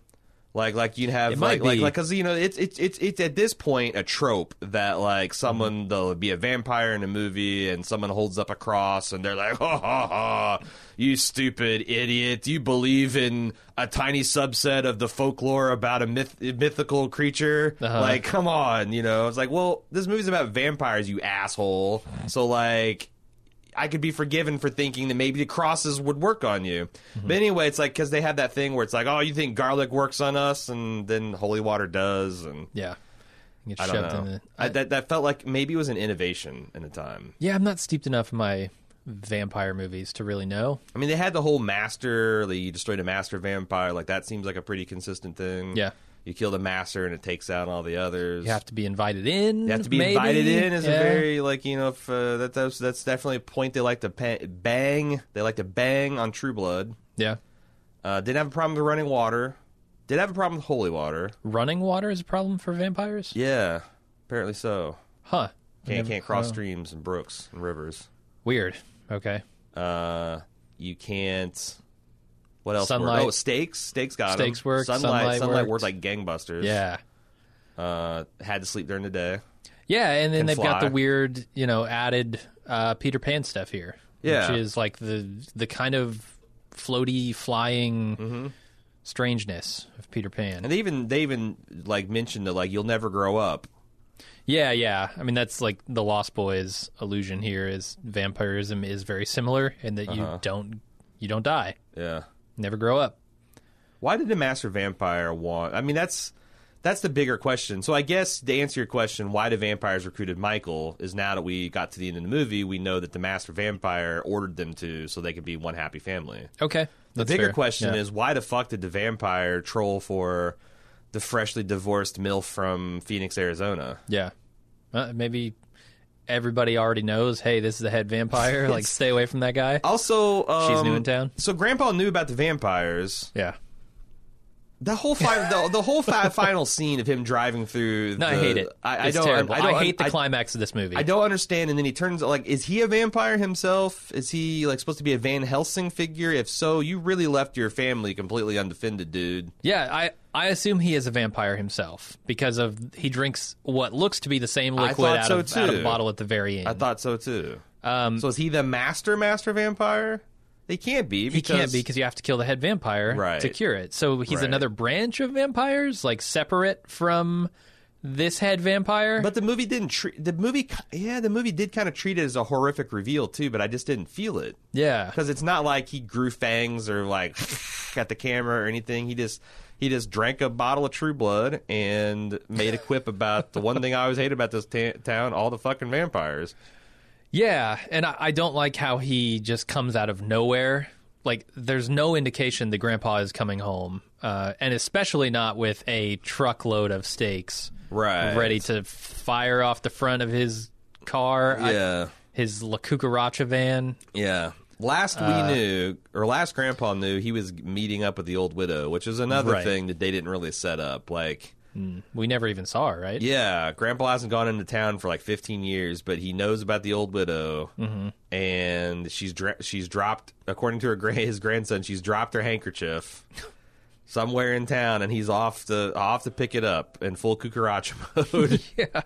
S2: Like, like you'd have
S3: It
S2: like,
S3: might
S2: like,
S3: be.
S2: like, because you know, it's it's it's it's at this point a trope that like
S3: Mm-hmm.
S2: someone there'll be a vampire in a movie and someone holds up a cross and they're like, ha ha ha, you stupid idiot, you believe in a tiny subset of the folklore about a myth- mythical creature,
S3: Uh-huh.
S2: like, come on, you know, it's like, well, this movie's about vampires, you asshole, so like. I could be forgiven for thinking that maybe the crosses would work on you.
S3: Mm-hmm.
S2: But anyway, it's like because they have that thing where it's like, oh, you think garlic works on us, and then holy water does, and
S3: Yeah, You get
S2: I don't
S3: shoved in
S2: know.
S3: the-
S2: I, that that felt like maybe it was an innovation in the time.
S3: yeah, I'm not steeped enough in my vampire movies to really know.
S2: I mean, they had the whole master, like you destroyed a master vampire, like that seems like a pretty consistent thing.
S3: Yeah.
S2: you kill the master and it takes out all the others.
S3: You have to be invited in.
S2: You have to be
S3: maybe.
S2: invited in is
S3: Yeah.
S2: a very like you know if, uh, that that's that's definitely a point they like to pa- bang. They like to bang on True Blood.
S3: yeah.
S2: Uh, didn't have a problem with running water. Did have a problem with holy water.
S3: Running water is a problem for vampires.
S2: Yeah, apparently so.
S3: Huh.
S2: Can't
S3: Never-
S2: can't cross
S3: oh.
S2: streams and brooks and rivers.
S3: Weird. Okay.
S2: Uh, you can't. What else?
S3: Sunlight.
S2: Worked? Oh, stakes. Stakes got 'em.
S3: Stakes worked,
S2: Sunlight.
S3: sunlight
S2: Sunlight worked
S3: worked.
S2: like gangbusters.
S3: Yeah.
S2: Uh, had to sleep during the day.
S3: Yeah, and then
S2: can
S3: they've got
S2: fly.
S3: the weird, you know, added uh, Peter Pan stuff here,
S2: Yeah.
S3: which is like the the kind of floaty flying
S2: Mm-hmm.
S3: strangeness of Peter Pan.
S2: And they even they even like mentioned that like you'll never grow up.
S3: yeah, yeah. I mean, that's like the Lost Boys illusion here is vampirism is very similar, in that
S2: Uh-huh.
S3: you don't you don't die,
S2: Yeah.
S3: never grow up.
S2: Why did the master vampire want? I mean, that's that's the bigger question. So I guess to answer your question, why do vampires recruited Michael? Is now that we got to the end of the movie, we know that the master vampire ordered them to, so they could be one happy family.
S3: Okay,
S2: The bigger question is why the fuck did the vampire troll for the freshly divorced milf from Phoenix, Arizona?
S3: yeah, uh, maybe everybody already knows. Hey, this is the head vampire. like, stay away from that guy.
S2: Also, um,
S3: She's new in town?
S2: So Grandpa knew about the vampires.
S3: Yeah.
S2: The whole fi- the, the whole fi- final scene of him driving through.
S3: No, I
S2: the-
S3: hate it.
S2: I, I
S3: it's
S2: don't.
S3: terrible.
S2: I, don't,
S3: hate the
S2: I,
S3: climax of this movie.
S2: I don't understand. And then he turns like, is he a vampire himself? Is he like supposed to be a Van Helsing figure? If so, you really left your family completely undefended, dude.
S3: Yeah, I I assume he is a vampire himself because of he drinks what looks to be the same liquid
S2: thought
S3: out,
S2: so,
S3: of, out of
S2: too.
S3: a bottle at the very end.
S2: I thought so too. Um, so is he the master master vampire? They can't be.
S3: he
S2: Because
S3: can't be because you have to kill the head vampire
S2: Right.
S3: to cure it. So he's
S2: Right.
S3: another branch of vampires, like separate from this head vampire.
S2: But the movie didn't treat the movie. ki- Yeah, the movie did kind of treat it as a horrific reveal too. But I just didn't feel it
S3: yeah,
S2: because it's not like he grew fangs or like got the camera or anything. He just he just drank a bottle of True Blood and made a quip about the one thing I always hate about this ta- town: all the fucking vampires.
S3: yeah, and I, I don't like how he just comes out of nowhere. Like, there's no indication the grandpa is coming home, uh, and especially not with a truckload of stakes.
S2: Right.
S3: ready to fire off the front of his car, I-
S2: Yeah.
S3: his La Cucaracha van.
S2: Yeah. Last we knew, or last Grandpa knew, he was meeting up with the old widow, which is another
S3: Right.
S2: thing that they didn't really set up. Like,
S3: We never even saw her, right?
S2: yeah, Grandpa hasn't gone into town for like 15 years, but he knows about the old widow,
S3: Mm-hmm.
S2: and she's dra- she's dropped, according to her gra- his grandson, she's dropped her handkerchief somewhere in town, and he's off to off to pick it up in full cucaracha mode. yeah,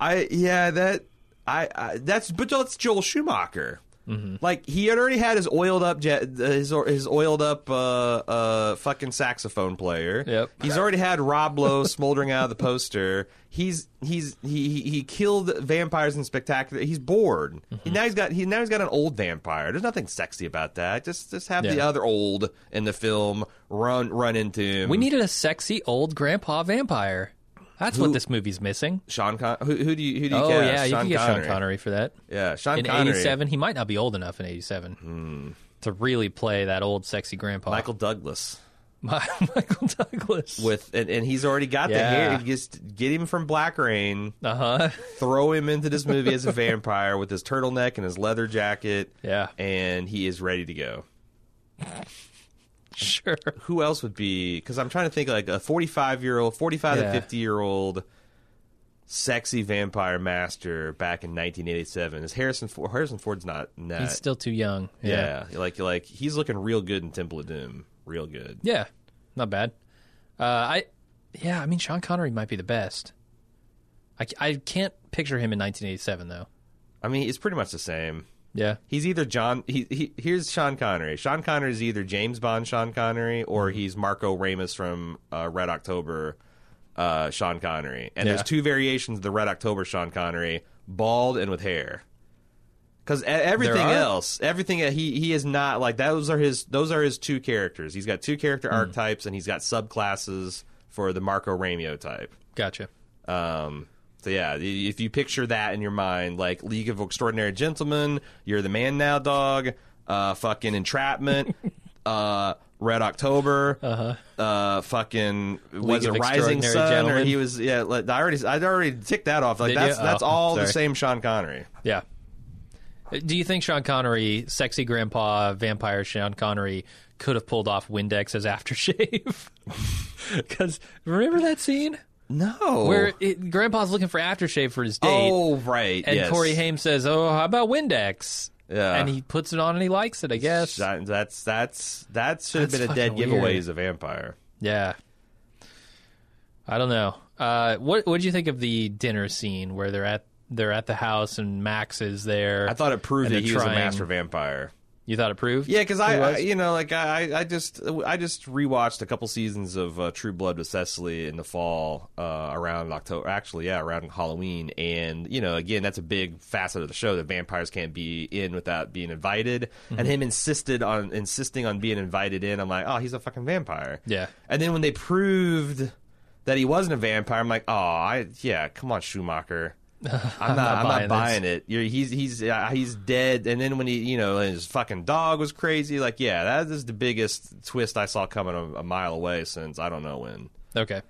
S2: I yeah that I, I that's but that's Joel Schumacher.
S3: Mm-hmm.
S2: Like he had already had his oiled up jet, his his oiled up uh, uh, fucking saxophone player.
S3: Yep.
S2: He's already had Rob Lowe smoldering out of the poster. He's he's he he- he killed vampires in spectacular. He's bored.
S3: Mm-hmm.
S2: He, now he's got he now he's got an old vampire. There's nothing sexy about that. Just just have the
S3: Yeah.
S2: other old in the film run run into him.
S3: We needed a sexy old grandpa vampire. That's what this movie's missing.
S2: Sean Con- who, who do you who do you
S3: Oh
S2: cast?
S3: yeah, you
S2: Sean
S3: can get
S2: Connery.
S3: Sean Connery for that.
S2: Yeah, Sean
S3: In
S2: Connery. Hmm.
S3: '87, he might not be old enough in '87 to really play that old sexy grandpa.
S2: Michael Douglas.
S3: Michael Douglas.
S2: with and, and he's already got the
S3: Yeah.
S2: hair. Just get him from Black Rain,
S3: uh huh.
S2: throw him into this movie as a vampire with his turtleneck and his leather jacket.
S3: Yeah.
S2: and he is ready to go.
S3: Sure.
S2: Who else would be? Because I'm trying to think like a 45 year old, 45
S3: Yeah.
S2: to 50 year old. Sexy vampire master back in 1987 is Harrison Ford. Harrison Ford's not. Nah,
S3: He's still too young.
S2: yeah. like like he's looking real good in Temple of Doom, real good.
S3: Yeah, not bad. Uh, I, yeah, I mean Sean Connery might be the best. I, c- I can't picture him in 1987 though.
S2: I mean, it's pretty much the same.
S3: Yeah,
S2: He's either John. He, he here's Sean Connery. Sean Connery is either James Bond Sean Connery or
S3: Mm-hmm.
S2: he's Marco Ramos from uh, Red October uh, Sean Connery. And
S3: Yeah.
S2: there's two variations of the Red October Sean Connery: bald and with hair. Because everything
S3: are?
S2: else, everything he he is not like those are his those are his two characters. He's got two
S3: Hmm.
S2: character archetypes and he's got subclasses for the Marco Ramo type.
S3: gotcha.
S2: Um, so yeah, i- if you picture that in your mind, like League of Extraordinary Gentlemen, you're the man now, dog. Uh, fucking entrapment. uh, Red October. Uh-huh. Uh, fucking was
S3: League
S2: a
S3: of
S2: rising
S3: Extraordinary
S2: sun, or
S3: Gentlemen.
S2: he was yeah. like, I already I already ticked that off. Like
S3: Did
S2: that's
S3: you?
S2: that's
S3: Oh,
S2: all the
S3: sorry.
S2: same Sean Connery.
S3: Yeah. Uh, Do you think Sean Connery, sexy grandpa, vampire Sean Connery, could have pulled off Windex as aftershave? Because remember that scene
S2: No,
S3: where it, grandpa's looking for aftershave for his date,
S2: oh right,
S3: and
S2: yes.
S3: Corey Haim says, "Oh, how about Windex?"
S2: Yeah.
S3: and he puts it on and he likes it. I guess.
S2: That- that's that's that should have
S3: That's
S2: been a dead
S3: fucking
S2: giveaway.
S3: weird.
S2: He's a vampire.
S3: Yeah. I don't know. Uh, what what did you think of the dinner scene where they're at they're at the house and Max is there?
S2: I thought it proved
S3: And
S2: that
S3: they're
S2: he was a
S3: trying-
S2: master vampire.
S3: you thought it proved.
S2: Yeah, because
S3: He
S2: I, I,
S3: was?
S2: you know, like I, I just, I just rewatched a couple seasons of uh, True Blood with Cecily in the fall uh, around October. Actually, yeah, around Halloween. And you know, again, that's a big facet of the show that vampires can't be in without being invited. And
S3: Mm-hmm.
S2: him insisted on insisting on being invited in. I'm like, oh, he's a fucking vampire.
S3: Yeah.
S2: And then when they proved that he wasn't a vampire, I'm like, oh, I, yeah, come on, Schumacher. I'm not, I'm
S3: buying
S2: not
S3: this.
S2: buying it. You're, he's he's uh, he's dead. And then when he, you know, his fucking dog was crazy. Like, yeah, that is the biggest twist I saw coming a, a mile away since I don't know when.
S3: Okay.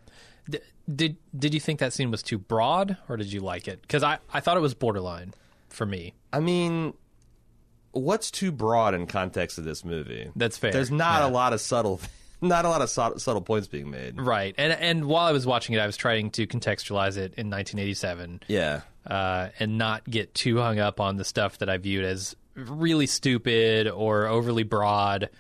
S3: D- did did you think that scene was too broad or did you like it? Because I, I thought it was borderline for me.
S2: I mean, what's too broad in context of this movie?
S3: That's fair.
S2: There's not
S3: Yeah.
S2: a lot of subtle not a lot of sub- subtle points being made.
S3: Right. And and while I was watching it, I was trying to contextualize it in 1987
S2: Yeah.
S3: uh, and not get too hung up on the stuff that I viewed as really stupid or overly broad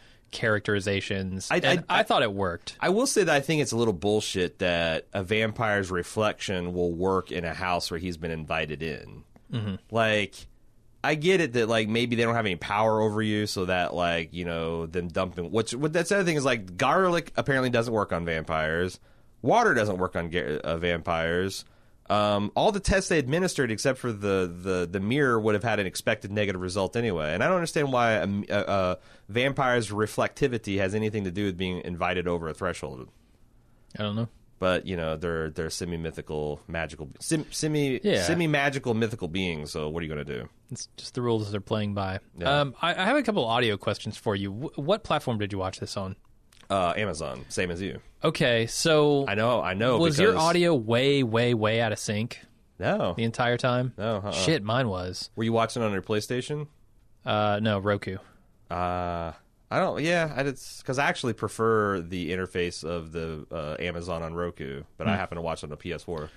S3: characterizations.
S2: I- I-
S3: and I thought it worked.
S2: I will say that I think it's a little bullshit that a vampire's reflection will work in a house where he's been invited in. Like, I get it that like maybe they don't have any power over you, so that like you know them dumping. Which what that's the other thing is like garlic apparently doesn't work on vampires. Water doesn't work on ga- uh, vampires. Um, all the tests they administered, except for the, the, the mirror, would have had an expected negative result anyway. And I don't understand why a, m- a- a vampire's reflectivity has anything to do with being invited over a threshold.
S3: I don't know.
S2: But you know they're they're semi mythical, magical, sim, semi
S3: Yeah.
S2: semi magical, mythical beings. So what are you gonna do?
S3: It's just the rules they're playing by.
S2: Yeah.
S3: Um, I, I have a couple audio questions for you. Wh- what platform did you watch this on?
S2: Uh, Amazon, same as you.
S3: Okay, so
S2: I know, I know.
S3: was
S2: Oh, because-
S3: your audio way, way, way out of sync
S2: No.
S3: the entire time?
S2: No, uh-uh.
S3: Shit, mine was.
S2: Were you watching on your PlayStation?
S3: Uh, no, Roku.
S2: Uh, I don't. Yeah, I just because I actually prefer the interface of the uh, Amazon on Roku, but
S3: Hmm.
S2: I happen to watch on the PS4.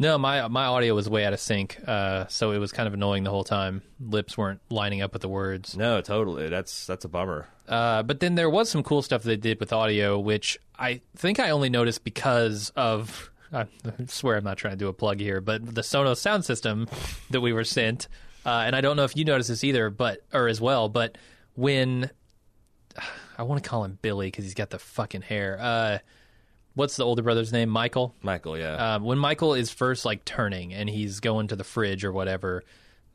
S3: No, my my audio was way out of sync, uh, so it was kind of annoying the whole time. Lips weren't lining up with the words.
S2: No, totally. That's that's a bummer.
S3: Uh, but then there was some cool stuff they did with audio, which I think I only noticed because of. I swear I'm not trying to do a plug here, but the Sonos sound system that we were sent, uh, and I don't know if you noticed this either, but or as well, but when I want to call him Billy because he's got the fucking hair. Uh, what's the older brother's name? Michael
S2: Michael, yeah,
S3: um, when Michael is first like turning and he's going to the fridge or whatever,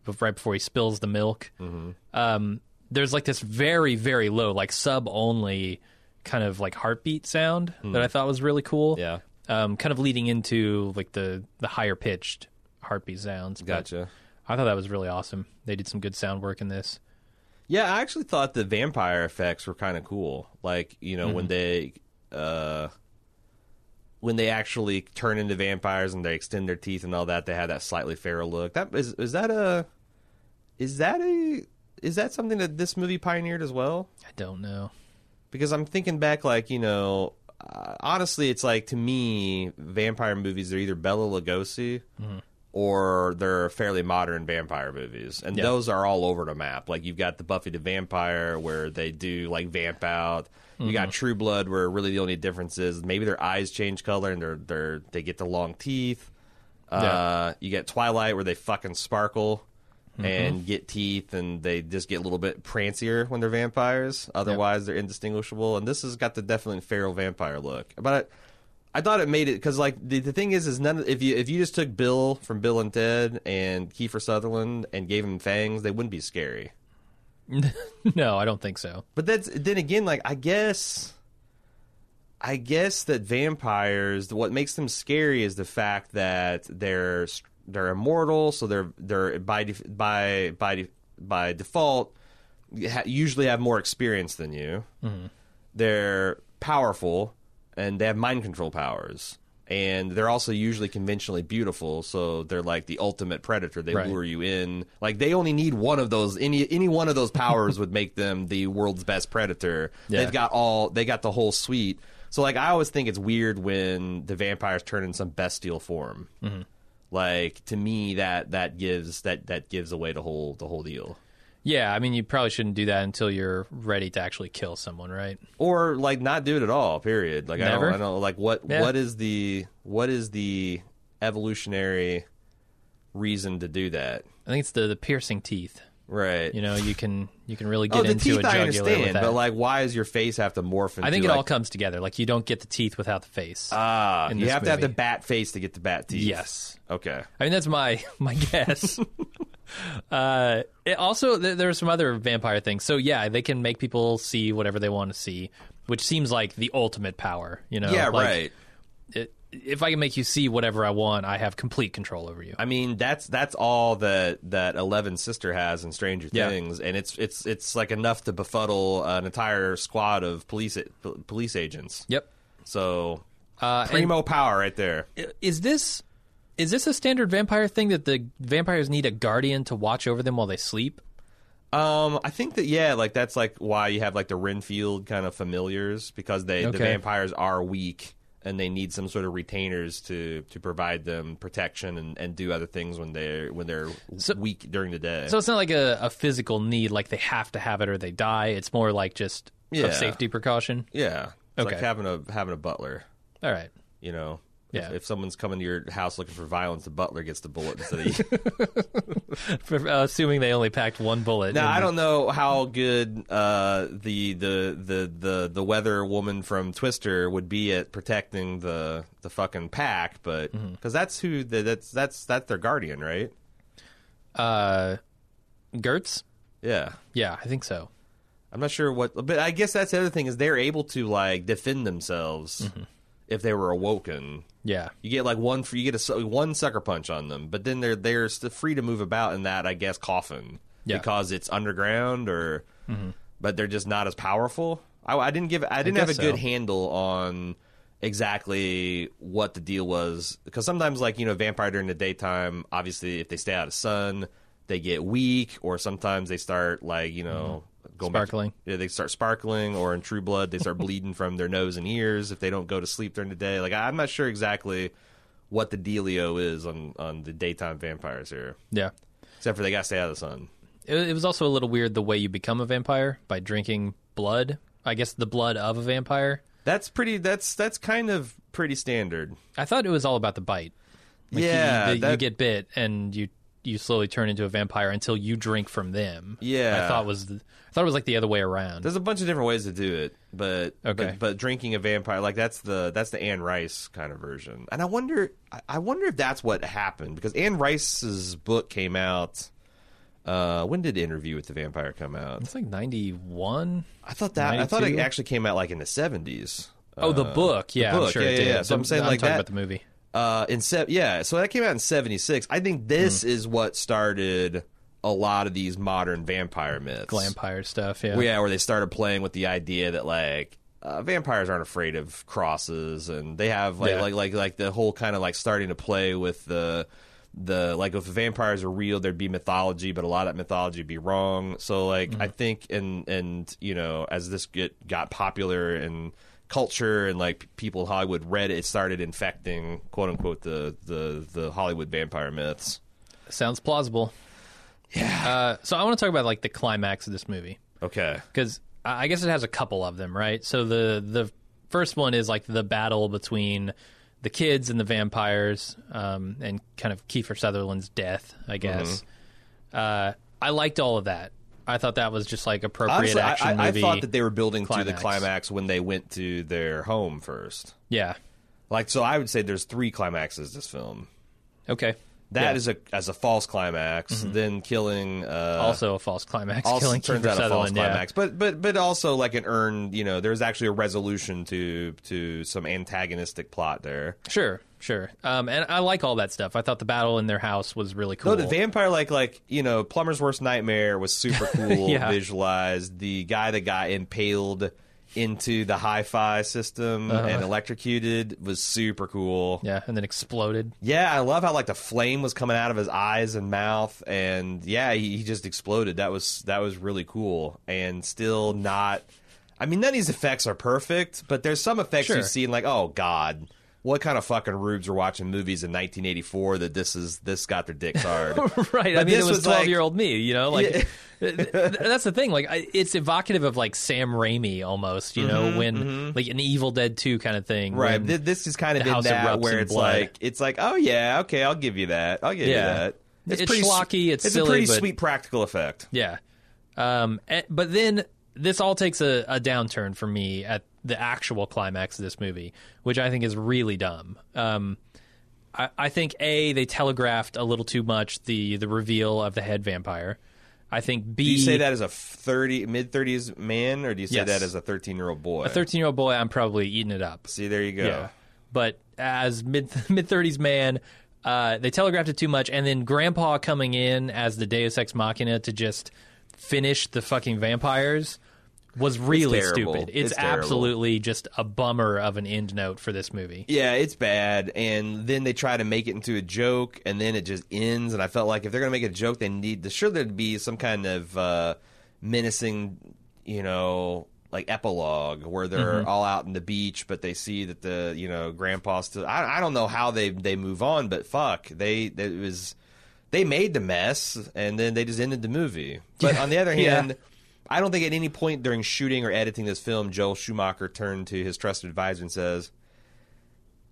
S3: bef- right before he spills the milk,
S2: Mm-hmm.
S3: um, there's like this very very low like sub only kind of like heartbeat sound that I thought was really cool.
S2: Hmm. yeah.
S3: um, kind of leading into like the the higher pitched heartbeat sounds. But
S2: Gotcha.
S3: I thought that was really awesome. They did some good sound work in this.
S2: Yeah, I actually thought the vampire effects were kind of cool. Like you know when they uh, when they actually turn into vampires and they extend their teeth and all that, they have that slightly feral look. That is is that a is that a is that something that this movie pioneered as well?
S3: I don't know.
S2: because I'm thinking back, like you know, uh, honestly, it's like to me, vampire movies are either Bella Lugosi or they're fairly modern vampire movies, and those are all over the map. Like you've got the Buffy the Vampire where they do like vamp out. You got True Blood where really the only difference is maybe their eyes change color and they're they're they get the long teeth. Uh, You get Twilight where they fucking sparkle and get teeth, and they just get a little bit prancier when they're vampires. Otherwise, they're indistinguishable. And this has got the definitely feral vampire look. But I, I thought it made it because like the, the thing is, is none of, if you if you just took Bill from Bill and Ted and Kiefer Sutherland and gave him fangs, they wouldn't be scary.
S3: no, I don't think so.
S2: But that's then again, like I guess, I guess that vampires, what makes them scary is the fact that they're they're immortal, so they're they're by def- by by de- by default ha- usually have more experience than you. They're powerful and they have mind control powers. And they're also usually conventionally beautiful, so they're like the ultimate predator. They
S3: Right.
S2: lure you in. Like they only need one of those. Any any one of those powers would make them the world's best predator.
S3: Yeah.
S2: They've got all. They got the whole suite. So like I always think it's weird when the vampires turn in some bestial form.
S3: Mm-hmm.
S2: Like to me that that gives that that gives away the whole the whole deal.
S3: Yeah, I mean, you probably shouldn't do that until you're ready to actually kill someone, right?
S2: or like not do it at all. Period. Like I
S3: Never?
S2: don't, I don't like what
S3: Yeah.
S2: what is the what is the evolutionary reason to do that?
S3: I think it's the the piercing teeth.
S2: Right.
S3: You know, you can you can really get
S2: oh, the
S3: into
S2: teeth
S3: a jugular
S2: I
S3: with
S2: understand,
S3: that.
S2: but like, why does your face have to morph? Into,
S3: I think it
S2: like,
S3: all comes together. Like you don't get the teeth without the face.
S2: Ah,
S3: in
S2: you
S3: this
S2: have to have the
S3: movie.
S2: bat face to get the bat teeth.
S3: yes,
S2: Okay.
S3: I mean that's my my guess. uh, it also, th- there are some other vampire things. So yeah, they can make people see whatever they want to see, which seems like the ultimate power. You know,
S2: yeah.
S3: Like,
S2: right.
S3: it- if I can make you see whatever I want, I have complete control over you.
S2: I mean, that's that's all that that Eleven sister has in Stranger
S3: Yeah.
S2: Things, and it's it's it's like enough to befuddle an entire squad of police pol- police agents.
S3: yep.
S2: So.
S3: Uh, and-
S2: Primo power right there.
S3: is this is this a standard vampire thing that the vampires need a guardian to watch over them while they sleep?
S2: Um, I think that yeah, like that's like why you have like the Renfield kind of familiars because they the
S3: Okay.
S2: vampires are weak and they need some sort of retainers to to provide them protection and, and do other things when they're when they're
S3: So-
S2: weak during the day.
S3: So it's not like a, a physical need, like they have to have it or they die. It's more like just
S2: Yeah.
S3: a safety precaution.
S2: yeah, it's like
S3: Okay.
S2: having a having a butler,
S3: All right.
S2: you know.
S3: Yeah.
S2: If, if someone's coming to your house looking for violence, the butler gets the bullet instead of you.
S3: For, uh, assuming they only packed one bullet.
S2: Now
S3: in-
S2: I don't know how good uh, the, the the the the weather woman from Twister would be at protecting the the fucking pack, but because that's who the, that's that's that's their guardian, right?
S3: Uh, Gertz?
S2: Yeah,
S3: Yeah, I think so.
S2: I'm not sure what, but I guess that's the other thing is they're able to like defend themselves if they were awoken.
S3: Yeah.
S2: You get like one you get a su- one sucker punch on them, but then they're they're st- free to move about in that I guess coffin
S3: Yeah. Mm-hmm.
S2: because it's underground or but they're just not as powerful. I, I didn't give I didn't have a
S3: guess
S2: good
S3: so.
S2: handle on exactly what the deal was because sometimes like you know vampire during the daytime obviously if they stay out of sun they get weak or sometimes they start like you
S3: Mm-hmm.
S2: know going back-
S3: Sparkling.
S2: yeah, they start sparkling, or in True Blood, they start bleeding from their nose and ears if they don't go to sleep during the day. Like I'm not sure exactly what the dealio is on on the daytime vampires here,
S3: Yeah.
S2: except for they got to stay out of the sun.
S3: It, it was also a little weird the way you become a vampire by drinking blood. I guess the blood of a vampire.
S2: That's pretty. That's that's kind of pretty standard.
S3: I thought it was all about the bite. Like, you-
S2: yeah,
S3: you, you
S2: that-
S3: get bit and you you slowly turn into a vampire until you drink from them.
S2: Yeah.
S3: I thought was the, I thought it was like the other way around.
S2: there's a bunch of different ways to do it, but
S3: Okay.
S2: but, but drinking a vampire like that's the that's the Anne Rice kind of version, and I wonder I- I wonder if that's what happened because Anne Rice's book came out. Uh, when did Interview with the Vampire come out?
S3: It's like ninety one.
S2: I thought that I thought it
S3: 92?
S2: actually came out like in the seventies.
S3: Oh, the book. Yeah,
S2: book.
S3: I'm sure
S2: Yeah,
S3: it
S2: yeah,
S3: did.
S2: yeah. So I'm saying like
S3: talking
S2: that-
S3: about the movie.
S2: Uh, in se- yeah, so that came out in '76. I think this
S3: Hmm.
S2: is what started a lot of these modern vampire myths.
S3: Vampire stuff. Yeah.
S2: Well, yeah, where they started playing with the idea that like uh, vampires aren't afraid of crosses, and they have like
S3: Yeah.
S2: like like like the whole kind of like starting to play with the the like if vampires are real, there'd be mythology, but a lot of that mythology would be wrong. So like I think and and you know as this get got popular and culture and like people in Hollywood read it, it started infecting quote unquote the the the Hollywood vampire myths.
S3: Sounds plausible. Yeah. Uh, so I want to talk about like the climax of this movie.
S2: Okay.
S3: because I I guess it has a couple of them, right? So the the first one is like the battle between the kids and the vampires, um, and kind of Kiefer Sutherland's death,
S2: Mm-hmm.
S3: I guess. Uh, I liked all of that. I thought that was just like appropriate
S2: Honestly, I,
S3: action
S2: I, I
S3: movie.
S2: thought that they were building to the
S3: climax.
S2: climax when they went to their home first.
S3: yeah.
S2: Like so, I would say there's three climaxes this film.
S3: Okay.
S2: That is a as a false climax, then killing. Uh,
S3: Mm-hmm. also a false climax.
S2: also
S3: killing
S2: turns
S3: Kiefer
S2: out a false
S3: Sutherland. yeah.
S2: climax, but but but also like an earned. You know, there's actually a resolution to to some antagonistic plot there.
S3: Sure. Sure. Um, and I like all that stuff. I thought the battle in their house was really
S2: No,
S3: cool.
S2: the vampire, like like you know, plumber's worst nightmare was super cool.
S3: Yeah.
S2: Visualized the guy that got impaled into the hi-fi system and electrocuted was super cool.
S3: Uh-huh. yeah, and then exploded.
S2: Yeah, I love how like the flame was coming out of his eyes and mouth, and yeah, he, he just exploded. That was that was really cool, and still not. I mean, none of these effects are perfect, but there's some effects you
S3: Sure.
S2: see, and like, oh god, what kind of fucking rubes were watching movies in 1984 that this is this got their dicks hard?
S3: right. I
S2: But
S3: mean,
S2: this
S3: it was
S2: was like-
S3: twelve year old me. You know, like th- th- that's the thing. Like, I, it's evocative of like Sam Raimi almost. You know, when like an Evil Dead two kind of thing.
S2: Mm-hmm, Right.
S3: when-
S2: Th- this is kind of
S3: the
S2: in
S3: house
S2: that
S3: erupts
S2: where
S3: in
S2: it's
S3: blood.
S2: like it's like oh yeah okay I'll give you that I'll give you
S3: Yeah.
S2: that.
S3: It's
S2: s-
S3: schlocky, it's
S2: a
S3: silly,
S2: pretty
S3: but-
S2: sweet practical effect.
S3: yeah. Um. eh, but then this all takes a, a downturn for me at the actual climax of this movie, which I think is really dumb. Um. I, I think a they telegraphed a little too much the the reveal of the head vampire. I think B.
S2: Do you say that as a thirty mid thirties man, or do you say
S3: Yes.
S2: that as a thirteen year old boy?
S3: a thirteen year old boy? I'm probably eating it up.
S2: See, there you go.
S3: Yeah. But as mid mid thirties man, uh, they telegraphed it too much, and then Grandpa coming in as the Deus Ex Machina to just finish the fucking vampires was really
S2: terrible.
S3: stupid. It's,
S2: It's terrible.
S3: absolutely just a bummer of an end note for this movie.
S2: Yeah, it's bad. And then they try to make it into a joke, and then it just ends. And I felt like if they're going to make it a joke, they need to sure there'd be some kind of uh, menacing, you know, like epilogue where they're all out in the beach, but they see that the you know grandpa still. I, I don't know how they they move on, but fuck, they they- it was they made the mess, and then they just ended the movie. But on the other
S3: Yeah.
S2: hand. I don't think at any point during shooting or editing this film, Joel Schumacher turned to his trusted advisor and says,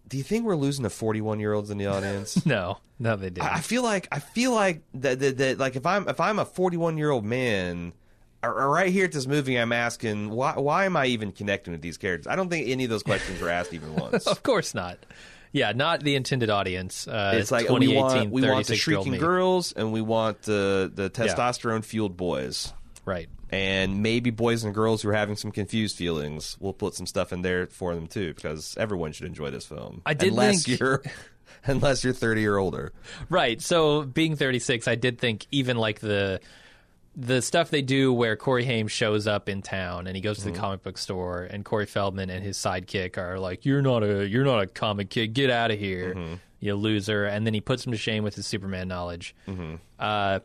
S2: do you think we're losing the 41 year olds in the audience?
S3: No, no, they didn't.
S2: I I feel like I feel like that, that, that like if I'm if I'm a 41 year old man, or, or right here at this movie, I'm asking why why am I even connecting with these characters? I don't think any of those questions were asked even once.
S3: of course not. Yeah, not the intended audience. Uh,
S2: It's like we want
S3: 2018,
S2: we want the
S3: 36-year-old
S2: shrieking
S3: me.
S2: girls and we want the the testosterone fueled boys.
S3: Right.
S2: And maybe boys and girls who are having some confused feelings, we'll put some stuff in there for them too, because everyone should enjoy this film.
S3: I did
S2: unless
S3: think-
S2: you're unless you're thirty or older.
S3: Right. So being 36, I did think even like the the stuff they do where Corey Haim shows up in town and he goes to the comic book store and Corey Feldman and his sidekick are like, "You're not a you're not a comic kid. Get out of here, you loser!" And then he puts him to shame with his Superman knowledge. Uh,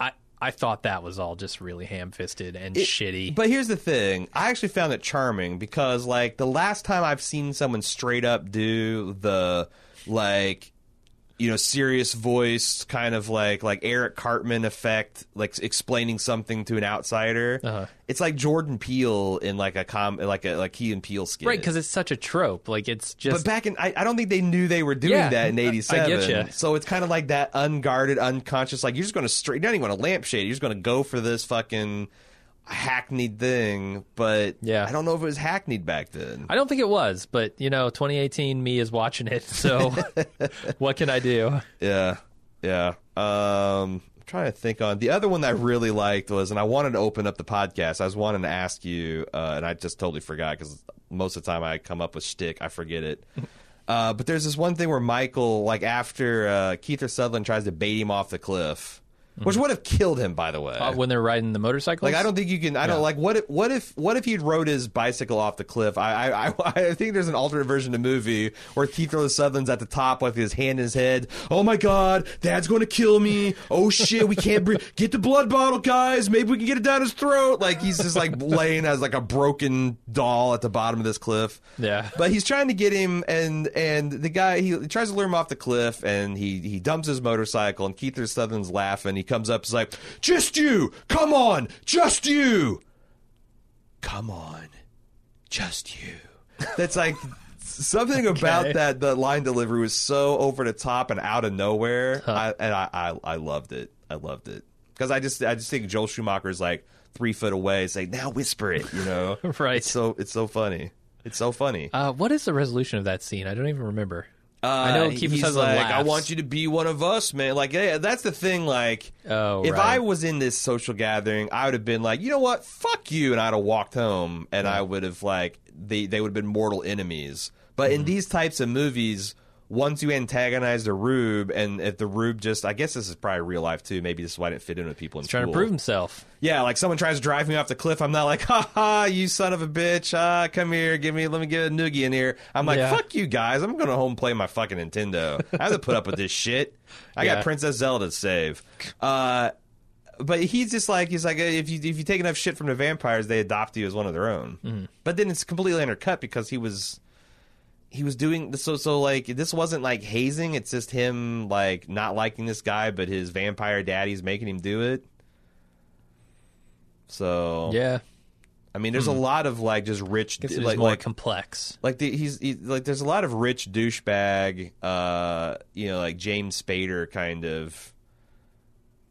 S3: I I thought that was all just really ham fisted and shitty.
S2: But here's the thing: I actually found it charming because, like, the last time I've seen someone straight up do the like, you know, serious voice kind of like like Eric Cartman effect, like explaining something to an outsider.
S3: Uh-huh.
S2: It's like Jordan Peele in like a com like a like he and Peele skit,
S3: Right, because it's such a trope. Like it's
S2: But
S3: just
S2: back in, I, I don't think they knew they were doing
S3: Yeah,
S2: that in
S3: I- I get
S2: '87.
S3: ya.
S2: So it's kind of like that unguarded, unconscious. Like you're just going to straight. You don't even want to lampshade. You're just going to go for this fucking hackneyed thing. But
S3: Yeah.
S2: I don't know if it was hackneyed back then.
S3: I don't think it was, but you know, 2018 me is watching it, so what can I do?
S2: Yeah, yeah. Um, I'm trying to think on the other one that I really liked was, and I wanted to open up the podcast. I was wanting to ask you, uh, and I just totally forgot because most of the time I come up with shtick, I forget it. Uh, but there's this one thing where Michael, like after uh, Keith or Sutherland tries to bait him off the cliff, which would have killed him, by the way.
S3: Uh, when they're riding the motorcycles.
S2: Like I don't think you can. I don't like what. If, what if? What if he rode his bicycle off the cliff? I I, I, I think there's an alternate version of the movie where Keith Rose Sutherland's at the top with his hand in his head. Oh my God, Dad's going to kill me. Oh shit, we can't bring, get the blood bottle, guys. Maybe we can get it down his throat. Like he's just like laying as like a broken doll at the bottom of this cliff.
S3: Yeah.
S2: But he's trying to get him, and and the guy he tries to lure him off the cliff, and he he dumps his motorcycle, and Keith Sutherland's laughing. He comes up, he's like, "Just you, come on, just you, come on, just you." That's like something about that that line delivery was so over the top and out of nowhere, I, and I, I I loved it. I loved it because I just I just think Joel Schumacher is like three foot away, saying, "Now whisper it," you know.
S3: Right.
S2: It's so it's so funny. It's so funny.
S3: Uh, what is the resolution of that scene? I don't even remember. I know
S2: Uh,
S3: Keith
S2: he's
S3: Sutherland
S2: like, I
S3: laughs.
S2: want you to be one of us, man. Like, yeah, that's the thing. Like,
S3: Oh,
S2: if
S3: right.
S2: I was in this social gathering, I would have been like, you know what, fuck you, and I'd have walked home, and I would have like they they would have been mortal enemies. But
S3: Mm-hmm.
S2: in these types of movies, once you antagonize the rube, and if the rube just, I guess this is probably real life too. Maybe this is why I didn't fit in with people in
S3: Trying
S2: school.
S3: to prove himself.
S2: Yeah, like someone tries to drive me off the cliff. I'm not like, ha ha, you son of a bitch. Ah, come here, give me, let me get a noogie in here. I'm like,
S3: Yeah.
S2: fuck you guys. I'm going to home play my fucking Nintendo. I have to put up with this shit. I
S3: Yeah.
S2: got Princess Zelda to save. Uh, but he's just like, he's like, if you if you take enough shit from the vampires, they adopt you as one of their own.
S3: Mm-hmm.
S2: But then it's completely undercut because he was he was doing so so like this wasn't like hazing. It's just him like not liking this guy, but his vampire daddy's making him do it. So
S3: Yeah, Hmm.
S2: I mean, there's a lot of like just rich,
S3: guess it was
S2: like
S3: more
S2: like
S3: complex.
S2: like the, he's he, like there's a lot of rich douchebag, uh, you know, like James Spader kind of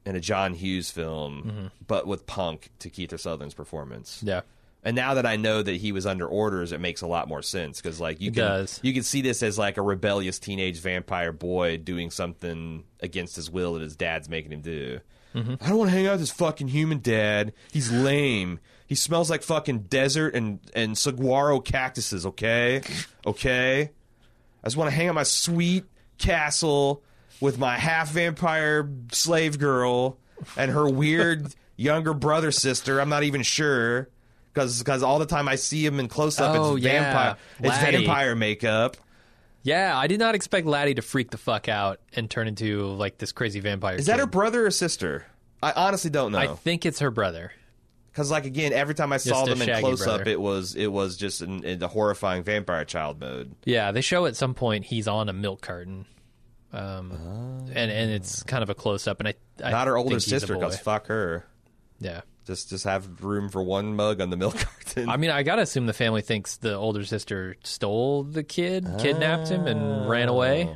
S2: in a John Hughes film,
S3: Mm-hmm.
S2: but with punk to Keith Sutherland's performance.
S3: Yeah,
S2: And now that I know that he was under orders, it makes a lot more sense because like you
S3: It
S2: can
S3: does.
S2: you can see this as like a rebellious teenage vampire boy doing something against his will that his dad's making him do.
S3: Mm-hmm.
S2: I don't want to hang out with this fucking human dad. He's lame. He smells like fucking desert and and saguaro cactuses. Okay, okay. I just want to hang out in my sweet castle with my half vampire slave girl and her weird younger brother sister. I'm not even sure. because all the time I see him in close up,
S3: Oh,
S2: it's
S3: yeah.
S2: vampire, it's
S3: Laddie.
S2: vampire makeup.
S3: Yeah, I did not expect Laddie to freak the fuck out and turn into like this crazy vampire.
S2: Is that her
S3: kid.
S2: brother or sister? I honestly don't
S3: I
S2: know.
S3: think it's her brother.
S2: Because like again, every time I saw
S3: a
S2: them in
S3: shaggy
S2: close up,
S3: brother.
S2: it was it was just in, in the horrifying vampire child mode.
S3: Yeah, they show at some point he's on a milk carton, um, and and it's kind of a close up. And I, I
S2: Ah. Not her older
S3: think he's a
S2: sister,
S3: boy.
S2: because fuck her.
S3: yeah.
S2: Just just have room for one mug on the milk carton.
S3: I mean, I gotta assume the family thinks the older sister stole the kid,
S2: Ah.
S3: kidnapped him, and ran away.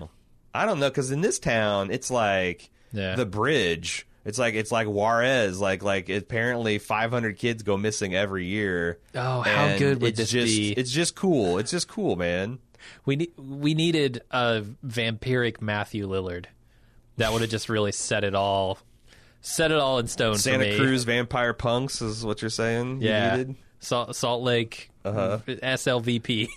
S2: I don't know because in this town, it's like
S3: Yeah.
S2: the bridge. It's like it's like Juarez. Like like apparently 500 kids go missing every year.
S3: Oh, how
S2: And
S3: good would
S2: it's
S3: this
S2: just,
S3: be?
S2: It's just cool. It's just cool, man.
S3: We ne- we needed a vampiric Matthew Lillard. That would have just really set it all, set it all in stone for
S2: Santa
S3: me.
S2: Cruz vampire punks is what you're saying. you
S3: yeah,
S2: needed? Uh-huh.
S3: Salt, Salt Lake, SLVP,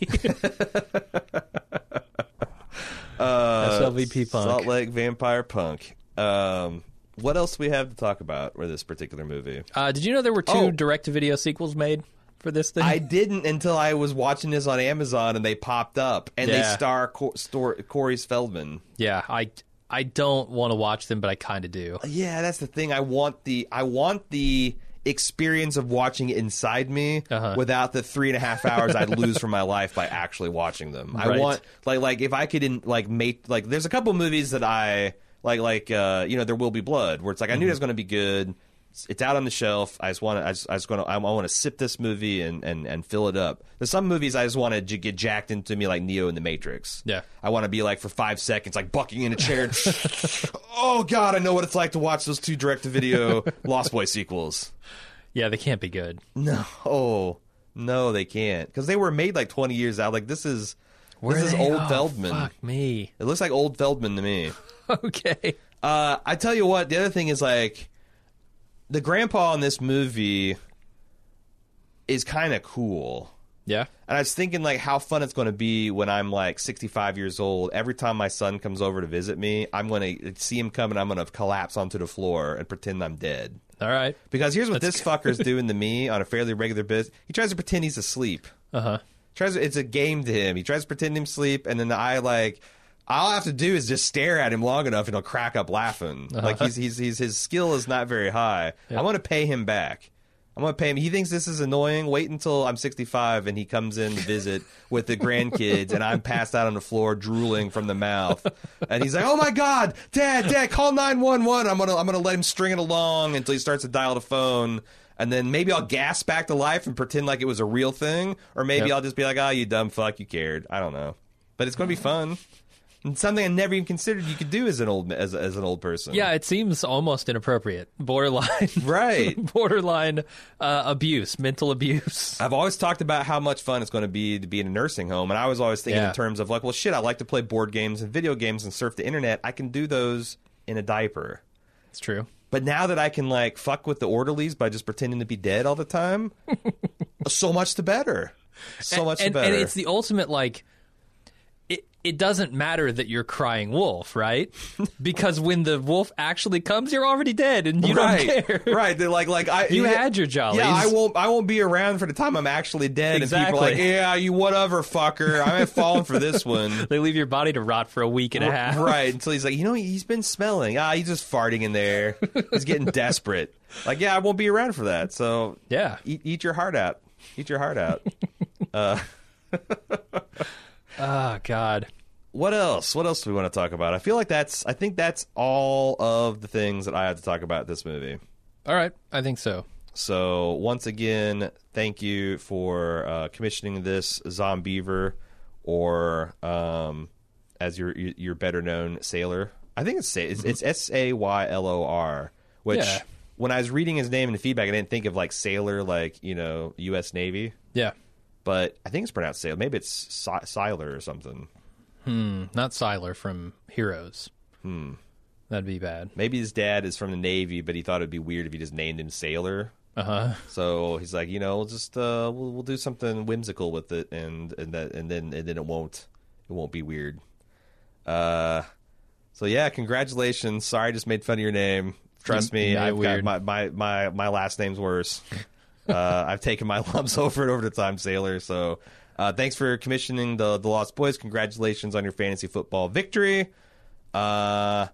S3: SLVP punk.
S2: Uh, Salt Lake vampire punk. Um, what else we have to talk about with this particular movie?
S3: Uh, did you know there were two
S2: Oh.
S3: direct-to-video sequels made for this thing?
S2: I didn't until I was watching this on Amazon and they popped up and they
S3: Yeah.
S2: star Cor- Stor- Corey Feldman.
S3: yeah, I I don't want to watch them, but I kind of do.
S2: Yeah, that's the thing. I want the I want the experience of watching it inside me
S3: Uh-huh.
S2: without the three and a half hours I'd lose from my life by actually watching them. I
S3: Right.
S2: want like like if I could in, like make like there's a couple movies that I like like uh you know there will be blood where it's like I knew
S3: Mm-hmm.
S2: it was going to be good. It's- It's out on the shelf. I just want to. I just, I just going to. I want to sip this movie and, and, and fill it up. There's some movies I just want to j- get jacked into me like Neo in the Matrix.
S3: Yeah.
S2: I want to be like for five seconds, like bucking in a chair. oh God, I know what it's like to watch those two direct-to-video Lost Boy sequels.
S3: Yeah, they can't be good.
S2: No, no, they can't because they were made like 20 years out. Like this is
S3: Were
S2: this is
S3: they?
S2: old
S3: Oh,
S2: Feldman.
S3: Fuck me.
S2: It looks like old Feldman to me.
S3: Okay.
S2: Uh, I tell you what, the other thing is like the grandpa in this movie is kind of cool.
S3: Yeah.
S2: And I was thinking like how fun it's going to be when I'm like 65 years old. Every time my son comes over to visit me, I'm going to see him come and I'm going to collapse onto the floor and pretend I'm dead.
S3: All right.
S2: Because here's what this fucker's doing to me on a fairly regular basis. He tries to pretend he's asleep.
S3: Uh huh.
S2: Tries it's a game to him. He tries to pretend him sleep, and then I like all I have to do is just stare at him long enough, and he'll crack up laughing. Like he's, he's he's his skill is not very high. I want to pay him back. I'm gonna pay him. He thinks this is annoying. Wait until I'm 65 and he comes in to visit with the grandkids, and I'm passed out on the floor drooling from the mouth. And he's like, "Oh my god, Dad, Dad, call 911." I'm gonna I'm gonna let him string it along until he starts to dial the phone and then maybe I'll gas back to life and pretend like it was a real thing, or maybe
S3: Yep.
S2: I'll just be like, "Oh, you dumb fuck, you cared." I don't know, but it's gonna be fun. And something I never even considered you could do as an old as, as an old person.
S3: Yeah, it seems almost inappropriate. Borderline.
S2: right.
S3: borderline uh, abuse, mental abuse.
S2: I've always talked about how much fun it's going to be to be in a nursing home, and I was always thinking
S3: Yeah.
S2: in terms of like, well, shit, I like to play board games and video games and surf the internet. I can do those in a diaper.
S3: It's true.
S2: But now that I can like fuck with the orderlies by just pretending to be dead all the time, so much the better. So much
S3: and,
S2: the better.
S3: and it's the ultimate like it it doesn't matter that you're crying wolf, right? Because when the wolf actually comes, you're already dead and you
S2: right,
S3: don't care.
S2: right. They're like, like I,
S3: You had your jollies.
S2: Yeah, I won't, I won't be around for the time I'm actually dead.
S3: Exactly.
S2: And people are like, yeah, you whatever, fucker. I ain't falling for this one.
S3: They leave your body to rot for a week and a half.
S2: Right until he's like, you know, he's been smelling. Ah, he's just farting in there. He's getting desperate. Like, yeah, I won't be around for that. So
S3: Yeah.
S2: eat, eat your heart out. Eat your heart out.
S3: Oh God.
S2: what else? What else do we want to talk about? I feel like that's. I think that's all of the things that I have to talk about this movie.
S3: All right, I think so.
S2: So once again, thank you for uh, commissioning this Zombiever, or um, as you're you're better known, Sailor. I think it's Sa- it's- it's S A Y L O R. Which
S3: Yeah.
S2: when I was reading his name in the feedback, I didn't think of like Sailor, like you know U.S. Navy,
S3: Yeah,
S2: but I think it's pronounced Sailor. Maybe it's si- Siler or something.
S3: not Siler from Heroes. Hmm, that'd be bad.
S2: Maybe his dad is from the Navy, but he thought it'd be weird if he just named him Sailor. Uh huh. So he's like, you know, we'll just uh, we'll, we'll do something whimsical with it, and and that and then and then it won't it won't be weird. Uh, so yeah, congratulations. Sorry, I just made fun of your name. Trust
S3: You
S2: me,
S3: made it
S2: I've got
S3: weird.
S2: my, my my my last name's worse. uh, I've taken my lumps over and over to Tom Sailor. So uh, thanks for commissioning the the Lost Boys. Congratulations on your fantasy football victory. Uh,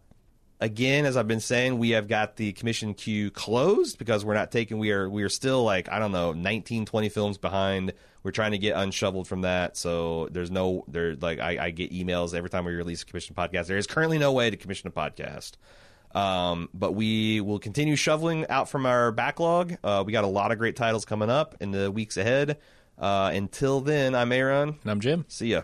S2: again, as I've been saying, we have got the commission queue closed because we're not taking. We are we are still like I don't know 19, 20 films behind. We're trying to get unshoveled from that. So there's no there like I, I get emails every time we release a commission podcast. There is currently no way to commission a podcast. Um, but we will continue shoveling out from our backlog. Uh, we got a lot of great titles coming up in the weeks ahead. Uh, until then, I'm Aaron.
S3: And I'm Jim.
S2: See ya.